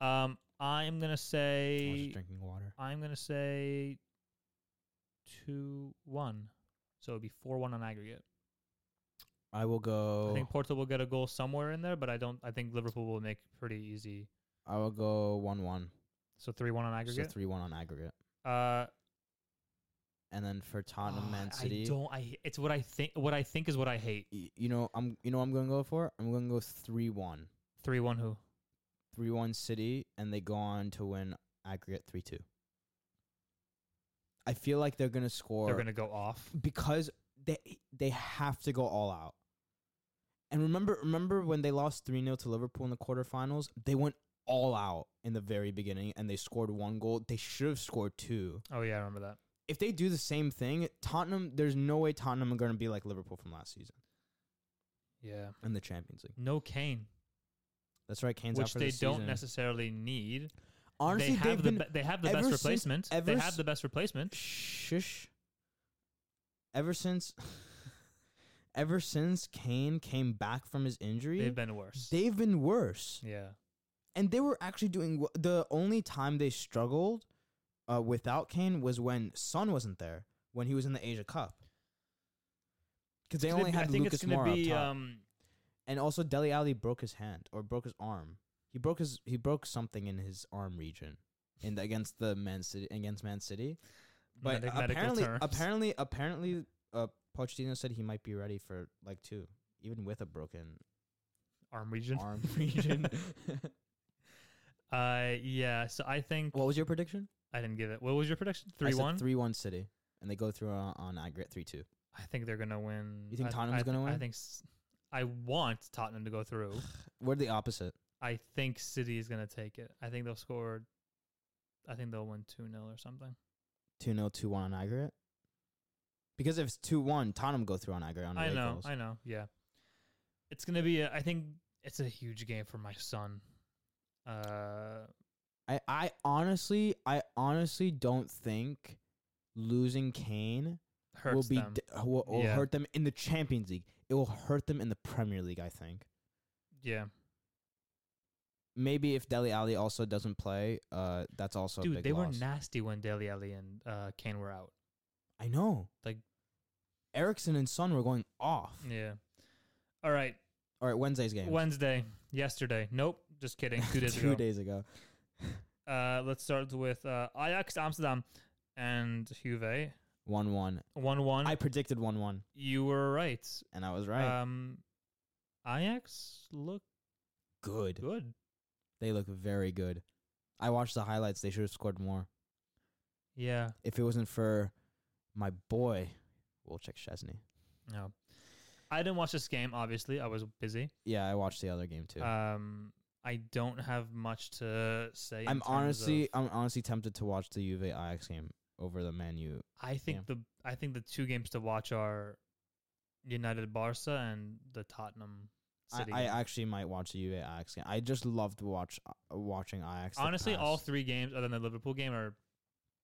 [SPEAKER 2] Um, I'm gonna
[SPEAKER 1] I was
[SPEAKER 2] say
[SPEAKER 1] just drinking water.
[SPEAKER 2] I'm gonna say two one, so it'd be four one on aggregate.
[SPEAKER 1] I will
[SPEAKER 2] I
[SPEAKER 1] go.
[SPEAKER 2] think Porto will get a goal somewhere in there, but I don't. I think Liverpool will make pretty easy.
[SPEAKER 1] I will go one one.
[SPEAKER 2] So three one on
[SPEAKER 1] So
[SPEAKER 2] aggregate.
[SPEAKER 1] three one on aggregate,
[SPEAKER 2] uh,
[SPEAKER 1] and then for Tottenham,
[SPEAKER 2] ah,
[SPEAKER 1] Man City.
[SPEAKER 2] I don't. I. It's what I think. What I think is what I hate.
[SPEAKER 1] y- you know I'm you know what I'm gonna go for? I'm gonna go three one.
[SPEAKER 2] Three one. Who?
[SPEAKER 1] Three one City and they go on to win aggregate three two. I feel like they're gonna score
[SPEAKER 2] They're gonna go off.
[SPEAKER 1] because they they have to go all out. And remember, remember when they lost three 0 to Liverpool in the quarterfinals? They went all out in the very beginning, and they scored one goal. They should have scored two.
[SPEAKER 2] Oh yeah, I remember that.
[SPEAKER 1] If they do the same thing, Tottenham, there's no way Tottenham are going to be like Liverpool from last season
[SPEAKER 2] Yeah.
[SPEAKER 1] in the Champions League.
[SPEAKER 2] No Kane,
[SPEAKER 1] That's right, Kane's out
[SPEAKER 2] which
[SPEAKER 1] for
[SPEAKER 2] they
[SPEAKER 1] this
[SPEAKER 2] don't
[SPEAKER 1] season.
[SPEAKER 2] necessarily need.
[SPEAKER 1] Honestly,
[SPEAKER 2] they
[SPEAKER 1] have
[SPEAKER 2] have the
[SPEAKER 1] been
[SPEAKER 2] be- they have the
[SPEAKER 1] ever
[SPEAKER 2] best
[SPEAKER 1] since-
[SPEAKER 2] replacement.
[SPEAKER 1] ever
[SPEAKER 2] They
[SPEAKER 1] s-
[SPEAKER 2] have the best replacement.
[SPEAKER 1] shush. Ever since, ever since Kane came back from his injury,
[SPEAKER 2] They've been worse.
[SPEAKER 1] they've been worse.
[SPEAKER 2] yeah.
[SPEAKER 1] and they were actually doing w- the only time they struggled uh, without Kane was when Son wasn't there when he was in the Asia Cup because they
[SPEAKER 2] It's gonna
[SPEAKER 1] only
[SPEAKER 2] be-
[SPEAKER 1] had
[SPEAKER 2] I think
[SPEAKER 1] Lucas
[SPEAKER 2] it's gonna
[SPEAKER 1] Moura up
[SPEAKER 2] be
[SPEAKER 1] top.
[SPEAKER 2] um
[SPEAKER 1] and also Deli Ali broke his hand or broke his arm. He broke his he broke something in his arm region in the, against the Man City against Man City. But
[SPEAKER 2] medic- medical
[SPEAKER 1] apparently,
[SPEAKER 2] terms.
[SPEAKER 1] apparently, apparently, uh, Pochettino said he might be ready for like two, even with a broken
[SPEAKER 2] arm region.
[SPEAKER 1] arm region.
[SPEAKER 2] Uh yeah, so I think
[SPEAKER 1] what was your prediction?
[SPEAKER 2] I didn't give it. What was your prediction?
[SPEAKER 1] I
[SPEAKER 2] Three
[SPEAKER 1] said
[SPEAKER 2] one.
[SPEAKER 1] Three one City, and they go through on, on aggregate three two.
[SPEAKER 2] I think they're gonna win.
[SPEAKER 1] You think
[SPEAKER 2] I-
[SPEAKER 1] Tottenham's
[SPEAKER 2] I
[SPEAKER 1] gonna
[SPEAKER 2] I
[SPEAKER 1] win?
[SPEAKER 2] think s- I want Tottenham to go through.
[SPEAKER 1] We're the opposite.
[SPEAKER 2] I think City is gonna take it. I think they'll score. I think they'll win two 0 or something.
[SPEAKER 1] 2 0, 2 1 on aggregate. Because if it's 2 1, Tottenham go through on aggregate. On
[SPEAKER 2] I
[SPEAKER 1] away
[SPEAKER 2] know.
[SPEAKER 1] goals.
[SPEAKER 2] I know. Yeah, it's gonna be. A, I think it's a huge game for my son. Uh,
[SPEAKER 1] I, I honestly, I honestly don't think losing Kane
[SPEAKER 2] hurts
[SPEAKER 1] will be
[SPEAKER 2] them.
[SPEAKER 1] d- will, will
[SPEAKER 2] Yeah.
[SPEAKER 1] hurt them in the Champions League. It will hurt them in the Premier League. I think
[SPEAKER 2] yeah,
[SPEAKER 1] maybe if Deli Ali also doesn't play, uh, that's also a
[SPEAKER 2] dude,
[SPEAKER 1] big
[SPEAKER 2] they
[SPEAKER 1] loss.
[SPEAKER 2] were nasty when Dele Alli and uh, Kane were out.
[SPEAKER 1] I know.
[SPEAKER 2] Like-
[SPEAKER 1] Erickson and Son were going off.
[SPEAKER 2] Yeah. All right,
[SPEAKER 1] All right, Wednesday's game.
[SPEAKER 2] Wednesday, yesterday. Nope, just kidding. Two days
[SPEAKER 1] Two
[SPEAKER 2] ago.
[SPEAKER 1] days ago.
[SPEAKER 2] Uh, let's start with uh, Ajax Amsterdam and Juve.
[SPEAKER 1] One one.
[SPEAKER 2] One one.
[SPEAKER 1] I predicted one one,
[SPEAKER 2] you were right.
[SPEAKER 1] and I was right.
[SPEAKER 2] Um, Ajax look
[SPEAKER 1] good.
[SPEAKER 2] good.
[SPEAKER 1] They look very good. I watched the highlights. They should have scored more.
[SPEAKER 2] Yeah.
[SPEAKER 1] If it wasn't for my boy, Wolchek Chesney.
[SPEAKER 2] No. I didn't watch this game. Obviously, I was busy.
[SPEAKER 1] Yeah, I watched the other game too.
[SPEAKER 2] Um, I don't have much to say. in
[SPEAKER 1] I'm
[SPEAKER 2] terms
[SPEAKER 1] honestly,
[SPEAKER 2] of-
[SPEAKER 1] I'm honestly tempted to watch the Juve Ajax game over the Man U.
[SPEAKER 2] I think the I think the two games to watch are United Barca and the Tottenham
[SPEAKER 1] I,
[SPEAKER 2] City.
[SPEAKER 1] I
[SPEAKER 2] game.
[SPEAKER 1] actually might watch the Juve Ajax game. I just loved watch uh, watching Ajax. the
[SPEAKER 2] honestly, all
[SPEAKER 1] past-
[SPEAKER 2] three games other than the Liverpool game are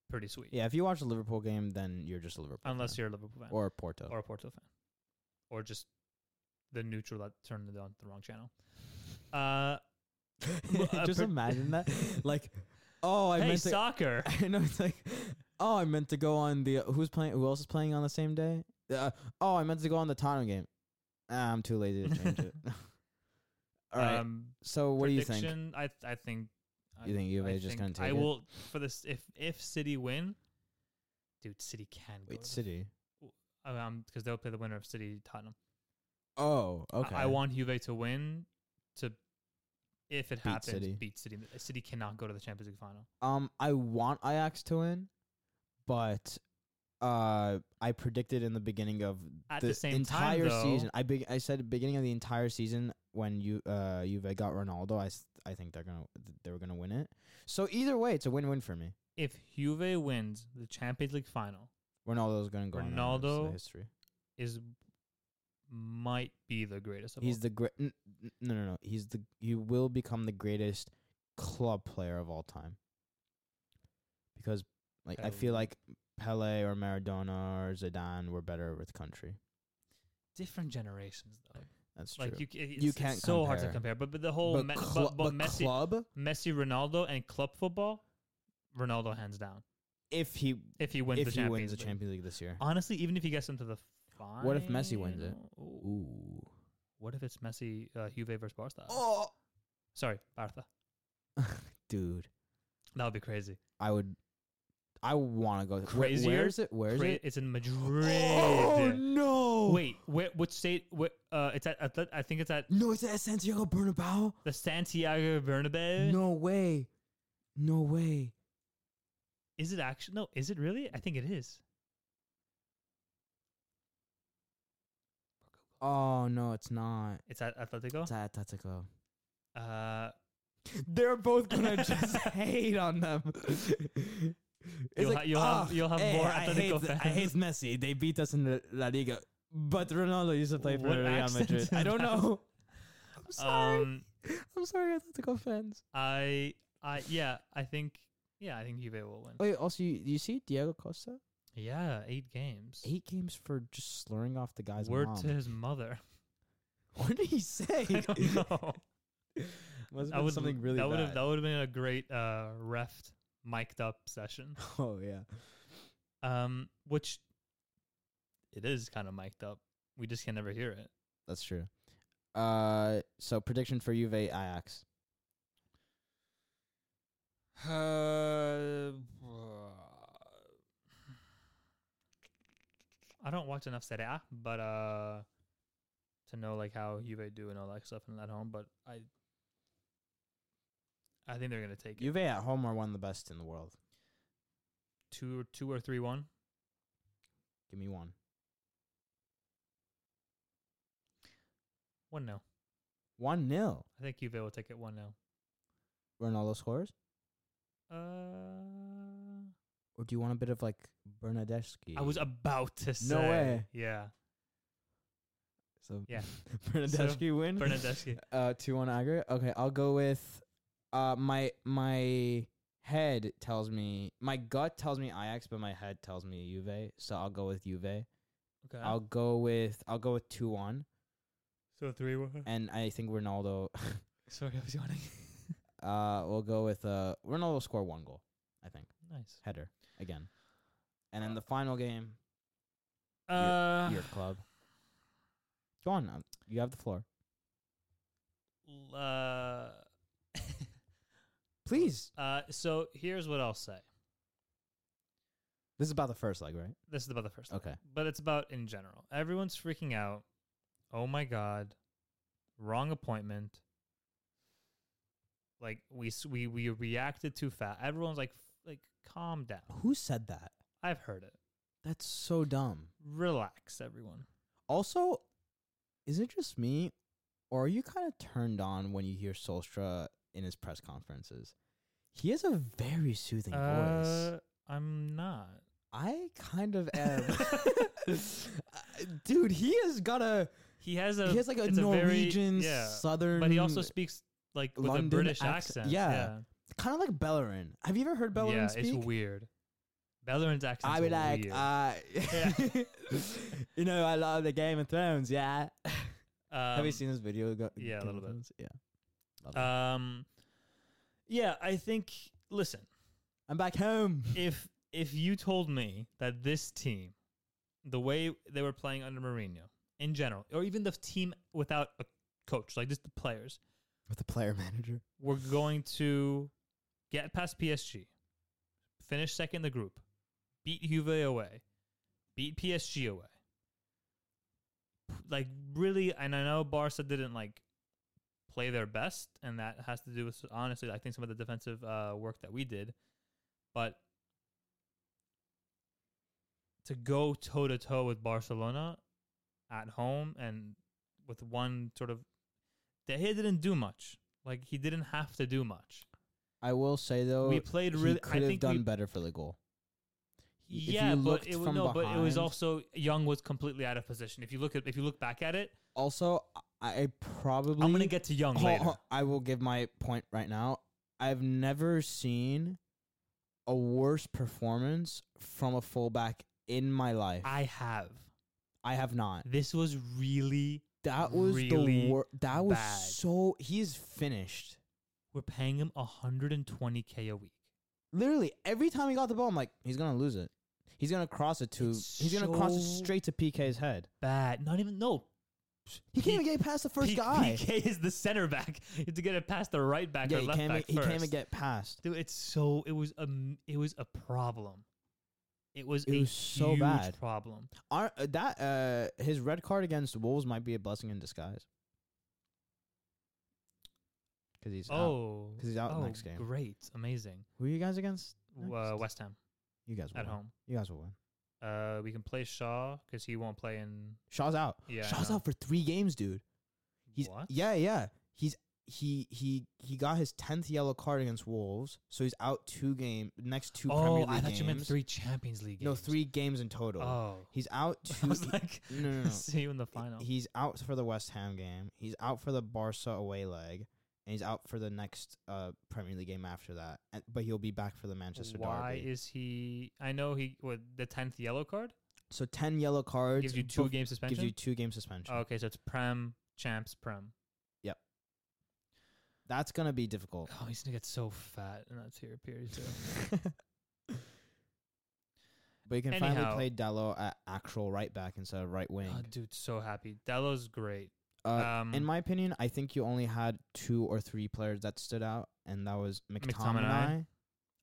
[SPEAKER 2] pretty sweet.
[SPEAKER 1] yeah, if you watch a Liverpool game, then you're just a Liverpool.
[SPEAKER 2] Unless you're a Liverpool fan.
[SPEAKER 1] you're or Porto.
[SPEAKER 2] or a Porto fan, or just the neutral that turned it on the wrong channel. Uh, a
[SPEAKER 1] just
[SPEAKER 2] per-
[SPEAKER 1] imagine that. Like, oh, I
[SPEAKER 2] hey,
[SPEAKER 1] meant to.
[SPEAKER 2] soccer!
[SPEAKER 1] I know it's like, oh, I meant to go on the who's playing. Who else is playing on the same day? Uh, oh, I meant to go on the Tottenham game. Ah, I'm too lazy to change it. All right.
[SPEAKER 2] Um,
[SPEAKER 1] so what do you think?
[SPEAKER 2] prediction, I th- I think
[SPEAKER 1] You think Juve
[SPEAKER 2] I
[SPEAKER 1] is just gonna
[SPEAKER 2] I
[SPEAKER 1] take it?
[SPEAKER 2] will for this if if City win, dude, City can go
[SPEAKER 1] Wait,
[SPEAKER 2] to the-
[SPEAKER 1] City.
[SPEAKER 2] um because they'll play the winner of City Tottenham.
[SPEAKER 1] Oh,
[SPEAKER 2] I-
[SPEAKER 1] okay.
[SPEAKER 2] I, want Juve to win to if it
[SPEAKER 1] Beat
[SPEAKER 2] happens
[SPEAKER 1] City.
[SPEAKER 2] beat City. City cannot go to the Champions League final.
[SPEAKER 1] Um, I want Ajax to win, but uh, I predicted in the beginning of
[SPEAKER 2] At
[SPEAKER 1] the,
[SPEAKER 2] the same time,
[SPEAKER 1] entire
[SPEAKER 2] though-
[SPEAKER 1] season. I big I said beginning of the entire season when you uh Juve got Ronaldo. I s- I think they're gonna they were gonna win it. So either way, it's a win win for me.
[SPEAKER 2] If Juve wins the Champions League final,
[SPEAKER 1] Ronaldo's gonna go on and erase the
[SPEAKER 2] Ronaldo
[SPEAKER 1] history.
[SPEAKER 2] is might be the greatest of all
[SPEAKER 1] He's the great. No, no, no. He's the. He will become the greatest club player of all time. Because, like, I feel
[SPEAKER 2] Pele.
[SPEAKER 1] like Pele or Maradona or Zidane were better with country.
[SPEAKER 2] different generations though.
[SPEAKER 1] That's true.
[SPEAKER 2] Like you, c- it's,
[SPEAKER 1] You
[SPEAKER 2] it's
[SPEAKER 1] can't
[SPEAKER 2] so hard to
[SPEAKER 1] compare.
[SPEAKER 2] compare. But but the whole Me-
[SPEAKER 1] clu-
[SPEAKER 2] but, but Messi,
[SPEAKER 1] club,
[SPEAKER 2] Messi, Ronaldo, and club football, Ronaldo hands down.
[SPEAKER 1] if he
[SPEAKER 2] If he wins
[SPEAKER 1] if
[SPEAKER 2] the
[SPEAKER 1] he
[SPEAKER 2] Champions
[SPEAKER 1] wins the
[SPEAKER 2] League. Ah.
[SPEAKER 1] Champions League this year,
[SPEAKER 2] honestly, even if he gets into the final,
[SPEAKER 1] What if Messi wins it?
[SPEAKER 2] Ooh.
[SPEAKER 1] ooh,
[SPEAKER 2] What if it's Messi, uh, Juve versus Barca?
[SPEAKER 1] oh,
[SPEAKER 2] Sorry, Barca.
[SPEAKER 1] dude,
[SPEAKER 2] That would be crazy.
[SPEAKER 1] I would, I want to go. Wh- where
[SPEAKER 2] Crazier?
[SPEAKER 1] is it? Where is
[SPEAKER 2] Cra-
[SPEAKER 1] it?
[SPEAKER 2] It's in Madrid.
[SPEAKER 1] Oh no!
[SPEAKER 2] Wait, where, which state? Where, uh, it's at, Atlet- I think it's at
[SPEAKER 1] no, it's at Santiago Bernabeu.
[SPEAKER 2] the Santiago Bernabeu.
[SPEAKER 1] No way. No way.
[SPEAKER 2] Is it actually? No, is it really? I think it is.
[SPEAKER 1] Oh no, it's not.
[SPEAKER 2] It's at Atletico.
[SPEAKER 1] It's at Atletico.
[SPEAKER 2] Uh,
[SPEAKER 1] They're both gonna just hate on them. It's
[SPEAKER 2] You'll ha- you'll have-
[SPEAKER 1] "Ah,
[SPEAKER 2] you'll have more
[SPEAKER 1] I
[SPEAKER 2] Atletico
[SPEAKER 1] hate, th- I hate Messi. They beat us in the La Liga, but Ronaldo used to play for
[SPEAKER 2] What
[SPEAKER 1] Real
[SPEAKER 2] accent
[SPEAKER 1] Madrid.
[SPEAKER 2] is
[SPEAKER 1] I don't
[SPEAKER 2] that?
[SPEAKER 1] know. I'm sorry.
[SPEAKER 2] um,
[SPEAKER 1] I'm sorry, Atletico fans.
[SPEAKER 2] I, I, yeah, I think, yeah, I think Juve will win.
[SPEAKER 1] Wait, also, you, you see Diego Costa?
[SPEAKER 2] Yeah, eight games.
[SPEAKER 1] Eight games for just slurring off the guy's
[SPEAKER 2] Word
[SPEAKER 1] mom.
[SPEAKER 2] to his mother.
[SPEAKER 1] what did he say?
[SPEAKER 2] I don't know.
[SPEAKER 1] Must
[SPEAKER 2] That
[SPEAKER 1] have been
[SPEAKER 2] would
[SPEAKER 1] something really
[SPEAKER 2] that would
[SPEAKER 1] bad.
[SPEAKER 2] have that would have been a great uh refed mic'd up session.
[SPEAKER 1] oh yeah.
[SPEAKER 2] Um, which it is kind of mic'd up. We just can never hear it.
[SPEAKER 1] That's true. Uh, so prediction for Juve Ajax.
[SPEAKER 2] Uh, I don't watch enough Serie A, but uh, to know like how Juve do and all that stuff and at home, but I, I think they're gonna take it
[SPEAKER 1] Juve at home are one of the best in the world.
[SPEAKER 2] two or two or three one.
[SPEAKER 1] Give me one.
[SPEAKER 2] One nil.
[SPEAKER 1] One nil.
[SPEAKER 2] I think Juve will take it one nil.
[SPEAKER 1] Ronaldo scores.
[SPEAKER 2] Uh,
[SPEAKER 1] Or do you want a bit of like Bernadeschi?
[SPEAKER 2] I was about to say.
[SPEAKER 1] way.
[SPEAKER 2] Yeah,
[SPEAKER 1] so
[SPEAKER 2] yeah.
[SPEAKER 1] Bernadeschi win.
[SPEAKER 2] Bernadeschi.
[SPEAKER 1] Uh, two one Agra. Okay, I'll go with. Uh, my my head tells me my gut tells me Ajax, but my head tells me Juve. So I'll go with Juve.
[SPEAKER 2] Okay.
[SPEAKER 1] I'll go with I'll go with two one,
[SPEAKER 2] so three one.
[SPEAKER 1] and I think Ronaldo.
[SPEAKER 2] Sorry, I was yawning.
[SPEAKER 1] Uh, we'll go with uh Ronaldo will score one goal. I think
[SPEAKER 2] nice.
[SPEAKER 1] header again, and then the final game
[SPEAKER 2] Uh,
[SPEAKER 1] your club. Go on, um, you have the floor.
[SPEAKER 2] l- uh,
[SPEAKER 1] Please,
[SPEAKER 2] Uh, so here's what I'll say.
[SPEAKER 1] this is about the first leg, right?
[SPEAKER 2] This is about the first, one,
[SPEAKER 1] Okay.
[SPEAKER 2] but it's about in general. Everyone's freaking out. Oh my god, wrong appointment. Like we s- we we reacted too fast. Everyone's like f- like calm down.
[SPEAKER 1] Who said that?
[SPEAKER 2] I've heard it.
[SPEAKER 1] That's so dumb.
[SPEAKER 2] Relax, everyone.
[SPEAKER 1] Also, is it just me, or are you kind of turned on when you hear Solstra in his press conferences? He has a very soothing voice.
[SPEAKER 2] Uh, I'm not.
[SPEAKER 1] I kind of am. Uh, Dude, he has got a
[SPEAKER 2] He has a
[SPEAKER 1] he has like a
[SPEAKER 2] it's very-
[SPEAKER 1] Norwegian
[SPEAKER 2] yeah,
[SPEAKER 1] southern
[SPEAKER 2] but he also speaks like with a
[SPEAKER 1] London
[SPEAKER 2] British
[SPEAKER 1] accent.
[SPEAKER 2] accent.
[SPEAKER 1] Yeah.
[SPEAKER 2] yeah.
[SPEAKER 1] kind of like Bellerin. Have you ever heard Bellerin
[SPEAKER 2] yeah,
[SPEAKER 1] speak?
[SPEAKER 2] it's weird. Bellerin's accent.
[SPEAKER 1] I be like,
[SPEAKER 2] weird.
[SPEAKER 1] uh,
[SPEAKER 2] Yeah.
[SPEAKER 1] you know, I love the Game of Thrones. Yeah, uh, have
[SPEAKER 2] Um,
[SPEAKER 1] you seen this video? Go-
[SPEAKER 2] yeah, a
[SPEAKER 1] Game
[SPEAKER 2] little
[SPEAKER 1] of
[SPEAKER 2] bit.
[SPEAKER 1] Thrones? Yeah, Love it.
[SPEAKER 2] Um, yeah, I think. Listen,
[SPEAKER 1] I'm back home.
[SPEAKER 2] if if you told me that this team, the way they were playing under Mourinho in general, or even the team without a coach, like just the players,
[SPEAKER 1] With the player manager,
[SPEAKER 2] were going to get past PSG, finish second in the group, beat Juve away, beat PSG away. P- Like really, and I know Barca didn't like play their best, and that has to do with honestly, I think some of the defensive uh, work that we did, but to go toe to toe with Barcelona at home and with one sort of, De Gea didn't do much. Like he didn't have to do much.
[SPEAKER 1] I will say though,
[SPEAKER 2] we played
[SPEAKER 1] he
[SPEAKER 2] really. I
[SPEAKER 1] could have
[SPEAKER 2] think
[SPEAKER 1] done
[SPEAKER 2] we,
[SPEAKER 1] better for the goal. If
[SPEAKER 2] yeah,
[SPEAKER 1] you
[SPEAKER 2] but
[SPEAKER 1] looked
[SPEAKER 2] it, was
[SPEAKER 1] from
[SPEAKER 2] no, but it was
[SPEAKER 1] behind-
[SPEAKER 2] also Young was completely out of position. If you look at if you look back at it,
[SPEAKER 1] Also, I- I probably
[SPEAKER 2] I'm gonna get to Young
[SPEAKER 1] Ho-
[SPEAKER 2] later.
[SPEAKER 1] ho- I will give my point right now. I've never seen a worse performance from a fullback in my life. I,
[SPEAKER 2] I have.
[SPEAKER 1] have not.
[SPEAKER 2] This was really
[SPEAKER 1] That was
[SPEAKER 2] Really
[SPEAKER 1] the wor- that was
[SPEAKER 2] bad.
[SPEAKER 1] so he is finished.
[SPEAKER 2] we're paying him 120k a week.
[SPEAKER 1] Literally every time he got the ball, I'm like, he's gonna lose it. He's gonna cross it to.
[SPEAKER 2] It's
[SPEAKER 1] he's gonna cross it
[SPEAKER 2] so
[SPEAKER 1] straight to PK's head.
[SPEAKER 2] Bad. Not even no.
[SPEAKER 1] He can't even get past the first
[SPEAKER 2] P-
[SPEAKER 1] guy.
[SPEAKER 2] PK is the center back. You have to get it past the right back
[SPEAKER 1] yeah,
[SPEAKER 2] or
[SPEAKER 1] he
[SPEAKER 2] left
[SPEAKER 1] can't.
[SPEAKER 2] back
[SPEAKER 1] Even, he
[SPEAKER 2] first.
[SPEAKER 1] can't even get past.
[SPEAKER 2] Dude, it's so it was a m- it was a problem. It was
[SPEAKER 1] It
[SPEAKER 2] a
[SPEAKER 1] was so
[SPEAKER 2] huge
[SPEAKER 1] bad.
[SPEAKER 2] problem.
[SPEAKER 1] Our, uh, that uh, his red card against the Wolves might be a blessing in disguise. Because he's out.
[SPEAKER 2] oh,
[SPEAKER 1] 'cause he's out
[SPEAKER 2] oh,
[SPEAKER 1] next game.
[SPEAKER 2] Great, amazing.
[SPEAKER 1] Who are you guys against?
[SPEAKER 2] W- Uh, West Ham
[SPEAKER 1] You guys will
[SPEAKER 2] at
[SPEAKER 1] win.
[SPEAKER 2] home.
[SPEAKER 1] You guys will win.
[SPEAKER 2] Uh, we can play Shaw because he won't play in.
[SPEAKER 1] Shaw's out.
[SPEAKER 2] Yeah, I
[SPEAKER 1] Shaw's
[SPEAKER 2] know.
[SPEAKER 1] out for three games, dude. He's
[SPEAKER 2] what?
[SPEAKER 1] yeah, yeah. He's he he he got his tenth yellow card against Wolves, so he's out two game next two Premier
[SPEAKER 2] Oh,
[SPEAKER 1] League
[SPEAKER 2] I thought
[SPEAKER 1] games.
[SPEAKER 2] you meant three Champions League. Games.
[SPEAKER 1] No, three games in total.
[SPEAKER 2] Oh,
[SPEAKER 1] He's out
[SPEAKER 2] I
[SPEAKER 1] two.
[SPEAKER 2] was like,
[SPEAKER 1] no, no, no.
[SPEAKER 2] see you in the final.
[SPEAKER 1] He's out for the West Ham game. He's out for the Barca away leg, and he's out for the next uh, Premier League game after that. And, but he'll be back for the Manchester
[SPEAKER 2] Why
[SPEAKER 1] derby.
[SPEAKER 2] is he? I know he what the tenth yellow card
[SPEAKER 1] so ten yellow cards
[SPEAKER 2] gives you two
[SPEAKER 1] bef-
[SPEAKER 2] game
[SPEAKER 1] Gives
[SPEAKER 2] suspension.
[SPEAKER 1] you two game suspension.
[SPEAKER 2] Oh, okay, so it's prem champs prem.
[SPEAKER 1] That's gonna be difficult.
[SPEAKER 2] Oh, he's gonna get so fat in that tier period. too.
[SPEAKER 1] But you can
[SPEAKER 2] Anyhow.
[SPEAKER 1] finally play Dallo at actual right back instead of right wing.
[SPEAKER 2] oh, dude, so happy. Dallo's great.
[SPEAKER 1] Uh,
[SPEAKER 2] um,
[SPEAKER 1] in my opinion, I think you only had two or three players that stood out, and that was
[SPEAKER 2] McTominay.
[SPEAKER 1] McTominay.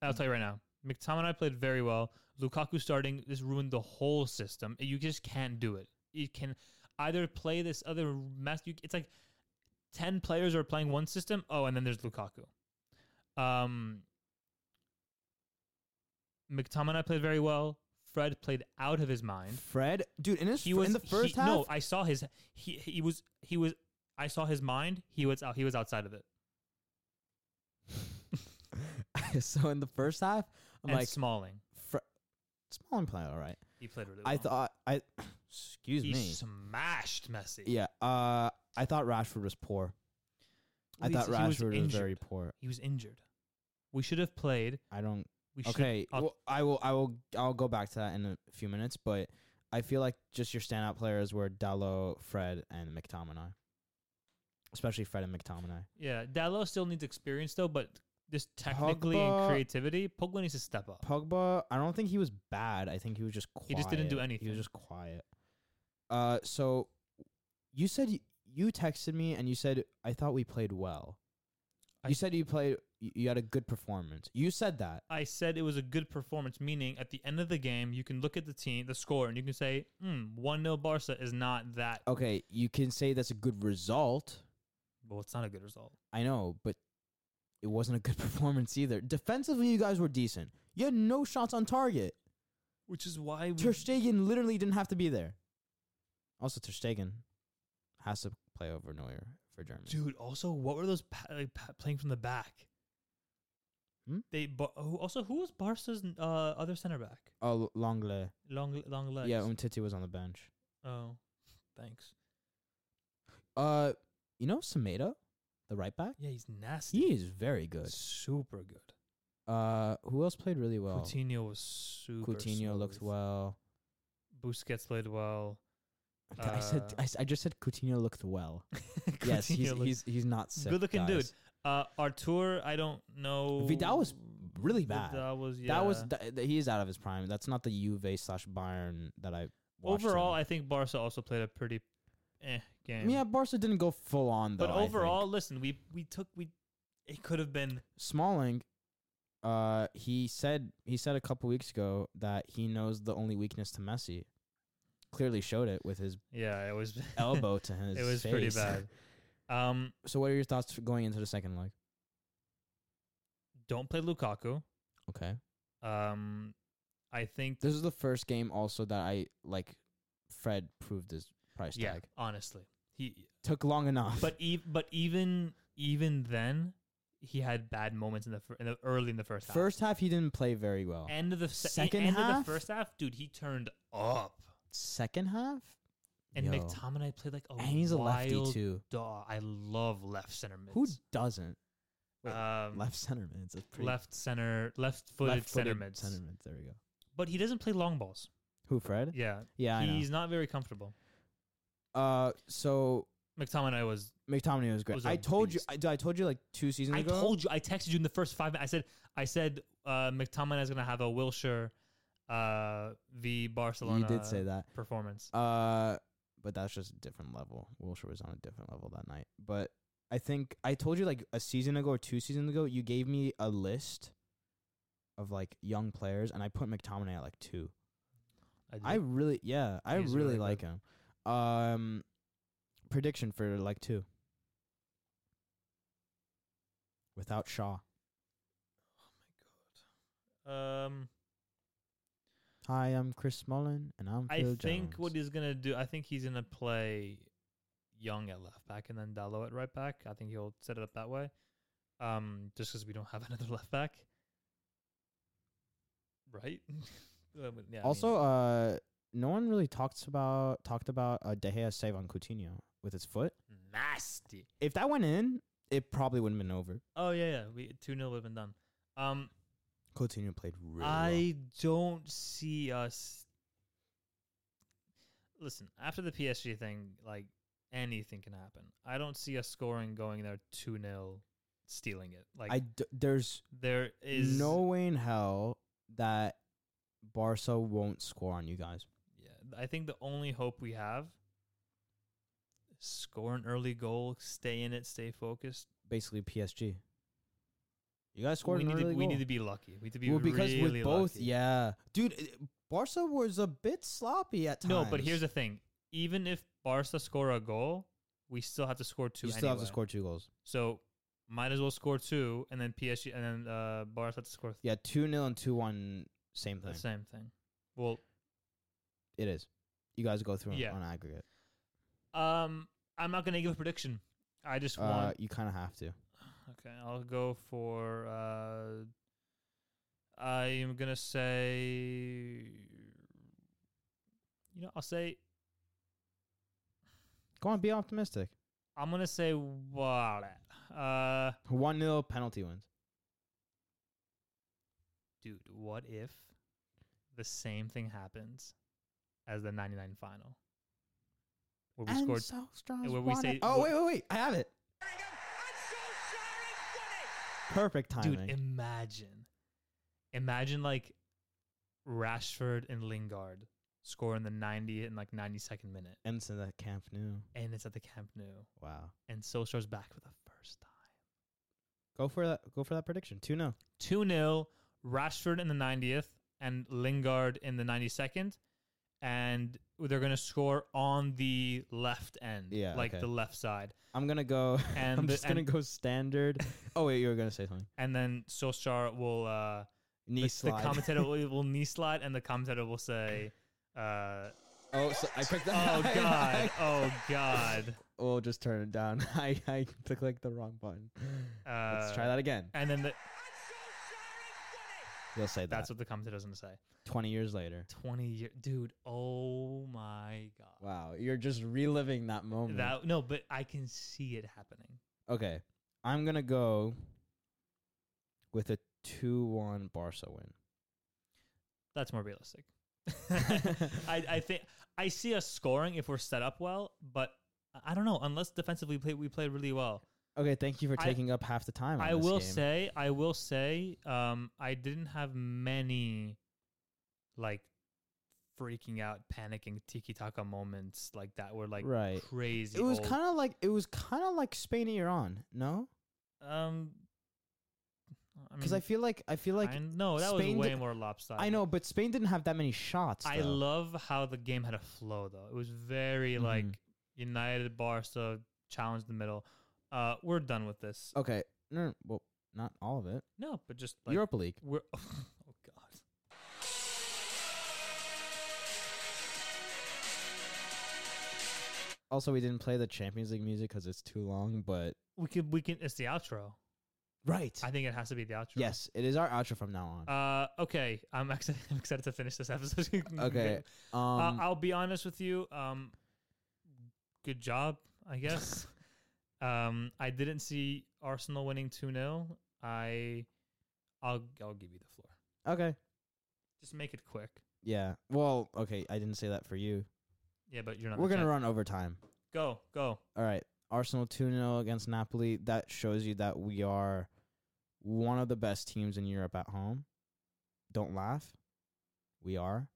[SPEAKER 2] I'll tell you right now, McTominay played very well. Lukaku starting this ruined the whole system. You just can't do it. You can either play this other mess. You, it's like ten players are playing one system. Oh, and then there's Lukaku. Um, McTominay played very well. Fred played out of his mind.
[SPEAKER 1] Fred, dude, in his
[SPEAKER 2] He
[SPEAKER 1] fir-
[SPEAKER 2] was
[SPEAKER 1] in the first
[SPEAKER 2] he-
[SPEAKER 1] half.
[SPEAKER 2] No, I saw his. He he was he was. I saw his mind. He was out. He was outside of it.
[SPEAKER 1] so in the first half, I'm
[SPEAKER 2] and
[SPEAKER 1] like,
[SPEAKER 2] Smalling,
[SPEAKER 1] Fre- Smalling played all right.
[SPEAKER 2] he played really well.
[SPEAKER 1] I thought I, excuse
[SPEAKER 2] he
[SPEAKER 1] me.
[SPEAKER 2] smashed Messi.
[SPEAKER 1] Yeah, uh, I thought Rashford was poor. I
[SPEAKER 2] He was-
[SPEAKER 1] thought
[SPEAKER 2] he was
[SPEAKER 1] Rashford was, very
[SPEAKER 2] injured.
[SPEAKER 1] poor.
[SPEAKER 2] He was injured. We should have played.
[SPEAKER 1] I don't.
[SPEAKER 2] We
[SPEAKER 1] okay,
[SPEAKER 2] I'll-
[SPEAKER 1] well, I will. I will. I'll go back to that in a few minutes. But I feel like just your standout players were Dallo, Fred, and McTominay. Especially Fred and McTominay.
[SPEAKER 2] should. Yeah, Dallo still needs experience though, but just technically
[SPEAKER 1] Pogba-
[SPEAKER 2] and creativity, Pogba needs to step up.
[SPEAKER 1] Pogba, I don't think he was bad. I think he was just quiet.
[SPEAKER 2] He just didn't do
[SPEAKER 1] He
[SPEAKER 2] anything.
[SPEAKER 1] was just quiet. Uh, so you said y- you texted me and you said I thought we played well.
[SPEAKER 2] I-
[SPEAKER 1] you said you played. You you had a good performance. You said that.
[SPEAKER 2] I said it was a good performance, meaning at the end of the game, you can look at the team, the score, and you can say, mm, 1 0 Barca is not that.
[SPEAKER 1] Okay, you can say that's a good result.
[SPEAKER 2] Well, it's not a good result.
[SPEAKER 1] I know, but it wasn't a good performance either. Defensively, you guys were decent. You had no shots on target.
[SPEAKER 2] Which is why we.
[SPEAKER 1] Ter Stegen literally didn't have to be there. Also, Ter Stegen has to play over Neuer for Germany.
[SPEAKER 2] Dude, also, what were those pa- like, pa- playing from the back?
[SPEAKER 1] Hmm?
[SPEAKER 2] They Bar- oh, Also, who was Barca's uh, other center back?
[SPEAKER 1] Oh, Longley.
[SPEAKER 2] Long, long legs.
[SPEAKER 1] Yeah, Umtiti was on the bench.
[SPEAKER 2] oh, thanks.
[SPEAKER 1] Uh, you know Sameda, the right back.
[SPEAKER 2] Yeah, he's nasty.
[SPEAKER 1] He is very good.
[SPEAKER 2] Super good.
[SPEAKER 1] Uh, who else played really well?
[SPEAKER 2] Coutinho was super.
[SPEAKER 1] Coutinho looked
[SPEAKER 2] smooth.
[SPEAKER 1] well.
[SPEAKER 2] Busquets played well.
[SPEAKER 1] I said
[SPEAKER 2] Uh,
[SPEAKER 1] I, s- I just said Coutinho looked well. yes, he's,
[SPEAKER 2] Coutinho looked-
[SPEAKER 1] he's he's not sick.
[SPEAKER 2] Good-looking dude.
[SPEAKER 1] guys.
[SPEAKER 2] Uh, Artur, I don't know.
[SPEAKER 1] Vidal was really bad.
[SPEAKER 2] Vidal was yeah.
[SPEAKER 1] That was th- th- he is out of his prime. That's not the Juve slash Bayern that I. watched
[SPEAKER 2] overall. I think Barca also played a pretty eh
[SPEAKER 1] him.
[SPEAKER 2] game.
[SPEAKER 1] yeah, Barca didn't go full on though.
[SPEAKER 2] but
[SPEAKER 1] I think.
[SPEAKER 2] overall, listen, we we took we. It could have been
[SPEAKER 1] Smalling, uh, he said he said a couple weeks ago that he knows the only weakness to Messi. Clearly showed it with his
[SPEAKER 2] yeah. It was
[SPEAKER 1] elbow to his.
[SPEAKER 2] it was pretty
[SPEAKER 1] face.
[SPEAKER 2] bad. Um,
[SPEAKER 1] So, what are your thoughts for going into the second leg?
[SPEAKER 2] don't play Lukaku.
[SPEAKER 1] Okay,
[SPEAKER 2] Um, I think
[SPEAKER 1] this is the first game also that I like. Fred proved his price
[SPEAKER 2] yeah.
[SPEAKER 1] tag.
[SPEAKER 2] Honestly, he
[SPEAKER 1] Took long enough.
[SPEAKER 2] but ev- but even even then, he had bad moments in the, fir- in the early in the first half.
[SPEAKER 1] first half he didn't play very well.
[SPEAKER 2] end of the se-
[SPEAKER 1] second
[SPEAKER 2] end of
[SPEAKER 1] half?
[SPEAKER 2] the first half, dude, he turned up.
[SPEAKER 1] second half,
[SPEAKER 2] And
[SPEAKER 1] Yo.
[SPEAKER 2] McTominay played like a
[SPEAKER 1] and he's a lefty
[SPEAKER 2] wild
[SPEAKER 1] too.
[SPEAKER 2] Dog. I love left center mids.
[SPEAKER 1] Who doesn't? wait,
[SPEAKER 2] um,
[SPEAKER 1] Left center mids. That's pretty.
[SPEAKER 2] left center left footed center
[SPEAKER 1] left-footed
[SPEAKER 2] mids?
[SPEAKER 1] Center mids. There we go.
[SPEAKER 2] But he doesn't play long balls.
[SPEAKER 1] Who Fred?
[SPEAKER 2] Yeah,
[SPEAKER 1] Yeah, I
[SPEAKER 2] he's not very comfortable.
[SPEAKER 1] know. Uh, so
[SPEAKER 2] McTominay was.
[SPEAKER 1] McTominay was great.
[SPEAKER 2] Was a
[SPEAKER 1] I told
[SPEAKER 2] beast.
[SPEAKER 1] you. I, I told you like two seasons
[SPEAKER 2] I
[SPEAKER 1] ago.
[SPEAKER 2] told you. I texted you in the first five. minutes. I said. I said uh, McTominay is gonna have a Wilshire uh, v Barcelona.
[SPEAKER 1] you did say that.
[SPEAKER 2] performance.
[SPEAKER 1] Uh, but that's just a different level. Wilshire was on a different level that night. But I think I told you like a season ago or two seasons ago. You gave me a list of like young players, and I put McTominay at like two. I
[SPEAKER 2] did.
[SPEAKER 1] really, yeah, I
[SPEAKER 2] He's
[SPEAKER 1] really,
[SPEAKER 2] really
[SPEAKER 1] like him. Um, prediction for like two. Without Shaw,
[SPEAKER 2] um
[SPEAKER 1] Hi, I'm Chris Mullen, and I'm
[SPEAKER 2] I
[SPEAKER 1] Phil
[SPEAKER 2] think
[SPEAKER 1] Jones.
[SPEAKER 2] what he's gonna do, I think he's gonna play Young at left back and then Dallo at right back. I think he'll set it up that way, um, just because we don't have another left back, right? Uh, but yeah, I mean,
[SPEAKER 1] also, uh, no one really talks about talked about uh, De Gea's save on Coutinho with his foot.
[SPEAKER 2] nasty.
[SPEAKER 1] If that went in, it probably wouldn't have been over.
[SPEAKER 2] Oh yeah, yeah. We two 0 would have been done. Um,
[SPEAKER 1] Coutinho played really well.
[SPEAKER 2] I don't see us. Listen, after the PSG thing, like anything can happen. I don't see us scoring, going there two 0 stealing it. Like
[SPEAKER 1] I d- there's
[SPEAKER 2] there is
[SPEAKER 1] no way in hell that Barca won't score on you guys.
[SPEAKER 2] Yeah, th- I think the only hope we have is score an early goal, stay in it, stay focused.
[SPEAKER 1] Basically, PSG. You guys scored
[SPEAKER 2] we
[SPEAKER 1] an
[SPEAKER 2] need
[SPEAKER 1] early
[SPEAKER 2] to, we
[SPEAKER 1] goal.
[SPEAKER 2] need to be lucky. We need to be
[SPEAKER 1] well, because
[SPEAKER 2] really
[SPEAKER 1] with both,
[SPEAKER 2] lucky.
[SPEAKER 1] yeah, dude, it- Barca was a bit sloppy at times.
[SPEAKER 2] No, but here's the thing: even if Barca score a goal, we still have to score two.
[SPEAKER 1] you still have to
[SPEAKER 2] anyway.
[SPEAKER 1] score two goals.
[SPEAKER 2] So might as well score two, and then PSG, and then uh, Barca have to score. Th-
[SPEAKER 1] Yeah, two 0 and two one, same thing.
[SPEAKER 2] the same thing. Well,
[SPEAKER 1] It is. You guys go through
[SPEAKER 2] Yeah.
[SPEAKER 1] on aggregate.
[SPEAKER 2] um, I'm not gonna give a prediction. I just
[SPEAKER 1] Uh,
[SPEAKER 2] want.
[SPEAKER 1] you kind of have to.
[SPEAKER 2] Okay, I'll go for. Uh, I am gonna say. You know, I'll say
[SPEAKER 1] Go on, be optimistic.
[SPEAKER 2] I'm gonna say what. Uh,
[SPEAKER 1] One 0 penalty wins.
[SPEAKER 2] dude, what if the same thing happens as the '99 final, where we scored
[SPEAKER 1] so strong.
[SPEAKER 2] and where we say-
[SPEAKER 1] oh
[SPEAKER 2] what-
[SPEAKER 1] wait, wait, wait! I have it. Perfect timing.
[SPEAKER 2] Dude, imagine. Imagine like Rashford and Lingard score in the 90 and like 92nd minute.
[SPEAKER 1] and it's in the Camp Nou.
[SPEAKER 2] And it's at the Camp Nou.
[SPEAKER 1] Wow.
[SPEAKER 2] And Solskjaer's back for the first time.
[SPEAKER 1] Go for that. Go for that prediction. Two 0
[SPEAKER 2] 2 0, Rashford in the 90th and Lingard in the 92nd. And they're going to score on the left end,
[SPEAKER 1] Yeah,
[SPEAKER 2] like
[SPEAKER 1] okay.
[SPEAKER 2] the left side.
[SPEAKER 1] I'm gonna go.
[SPEAKER 2] And
[SPEAKER 1] I'm
[SPEAKER 2] the-
[SPEAKER 1] just gonna
[SPEAKER 2] and-
[SPEAKER 1] go standard. oh wait, you were gonna say something.
[SPEAKER 2] And then Solskjaer will. Uh,
[SPEAKER 1] Knee
[SPEAKER 2] the, the
[SPEAKER 1] slide.
[SPEAKER 2] commentator will, will knee slide, and the commentator will say, uh,
[SPEAKER 1] oh, so I picked that.
[SPEAKER 2] "Oh
[SPEAKER 1] I-
[SPEAKER 2] God,
[SPEAKER 1] I-
[SPEAKER 2] oh God."
[SPEAKER 1] We'll just turn it down. I I clicked like the wrong button.
[SPEAKER 2] Uh,
[SPEAKER 1] Let's try that again.
[SPEAKER 2] And then the,
[SPEAKER 1] You'll say that.
[SPEAKER 2] that's what the commentator was gonna say.
[SPEAKER 1] Twenty years later.
[SPEAKER 2] Twenty year, dude. Oh my God.
[SPEAKER 1] Wow, you're just reliving that moment.
[SPEAKER 2] That no, but I can see it happening.
[SPEAKER 1] Okay. I'm going to go with a 2 1 Barca win.
[SPEAKER 2] That's more realistic. I, I think I see us scoring if we're set up well, but I- I don't know. Unless defensively play, we play really well.
[SPEAKER 1] Okay, thank you for
[SPEAKER 2] I-
[SPEAKER 1] taking up half the time. on
[SPEAKER 2] I
[SPEAKER 1] this
[SPEAKER 2] will
[SPEAKER 1] game.
[SPEAKER 2] say, I will say, um, I didn't have many like freaking out, panicking tiki taka moments like that were like
[SPEAKER 1] Right.
[SPEAKER 2] crazy.
[SPEAKER 1] It was
[SPEAKER 2] old-
[SPEAKER 1] kind of like it was kind of like Spain Iran, no?
[SPEAKER 2] um,
[SPEAKER 1] Because
[SPEAKER 2] Mm-hmm.
[SPEAKER 1] I, feel like I feel like
[SPEAKER 2] I, no, that
[SPEAKER 1] Spain
[SPEAKER 2] was way
[SPEAKER 1] did-
[SPEAKER 2] more lopsided.
[SPEAKER 1] I know, but Spain didn't have that many shots.
[SPEAKER 2] I
[SPEAKER 1] though.
[SPEAKER 2] love how the game had a flow though. It was very like
[SPEAKER 1] Mhm.
[SPEAKER 2] United Barca challenge the middle. Uh, we're done with this.
[SPEAKER 1] Okay, no, no, well, not all of it.
[SPEAKER 2] No, but just like
[SPEAKER 1] Europa League.
[SPEAKER 2] we're oh god.
[SPEAKER 1] Also, we didn't play the Champions League music because it's too long. But
[SPEAKER 2] We could we can it's the outro.
[SPEAKER 1] right,
[SPEAKER 2] I think it has to be the outro.
[SPEAKER 1] yes, it is our outro from now on.
[SPEAKER 2] Uh, okay, I'm excited. I'm excited to finish this episode.
[SPEAKER 1] okay,
[SPEAKER 2] Uh,
[SPEAKER 1] um,
[SPEAKER 2] I'll be honest with you. Um, good job, I guess. um, I didn't see Arsenal winning two 0 I, I'll I'll give you the floor.
[SPEAKER 1] okay,
[SPEAKER 2] Just make it quick.
[SPEAKER 1] yeah. Well, okay, I didn't say that for you.
[SPEAKER 2] Yeah, but you're not.
[SPEAKER 1] We're
[SPEAKER 2] the
[SPEAKER 1] gonna
[SPEAKER 2] champ.
[SPEAKER 1] run overtime.
[SPEAKER 2] go go.
[SPEAKER 1] All right, Arsenal two 0 against Napoli. That shows you that we are one of the best teams in Europe at home. Don't laugh, we are,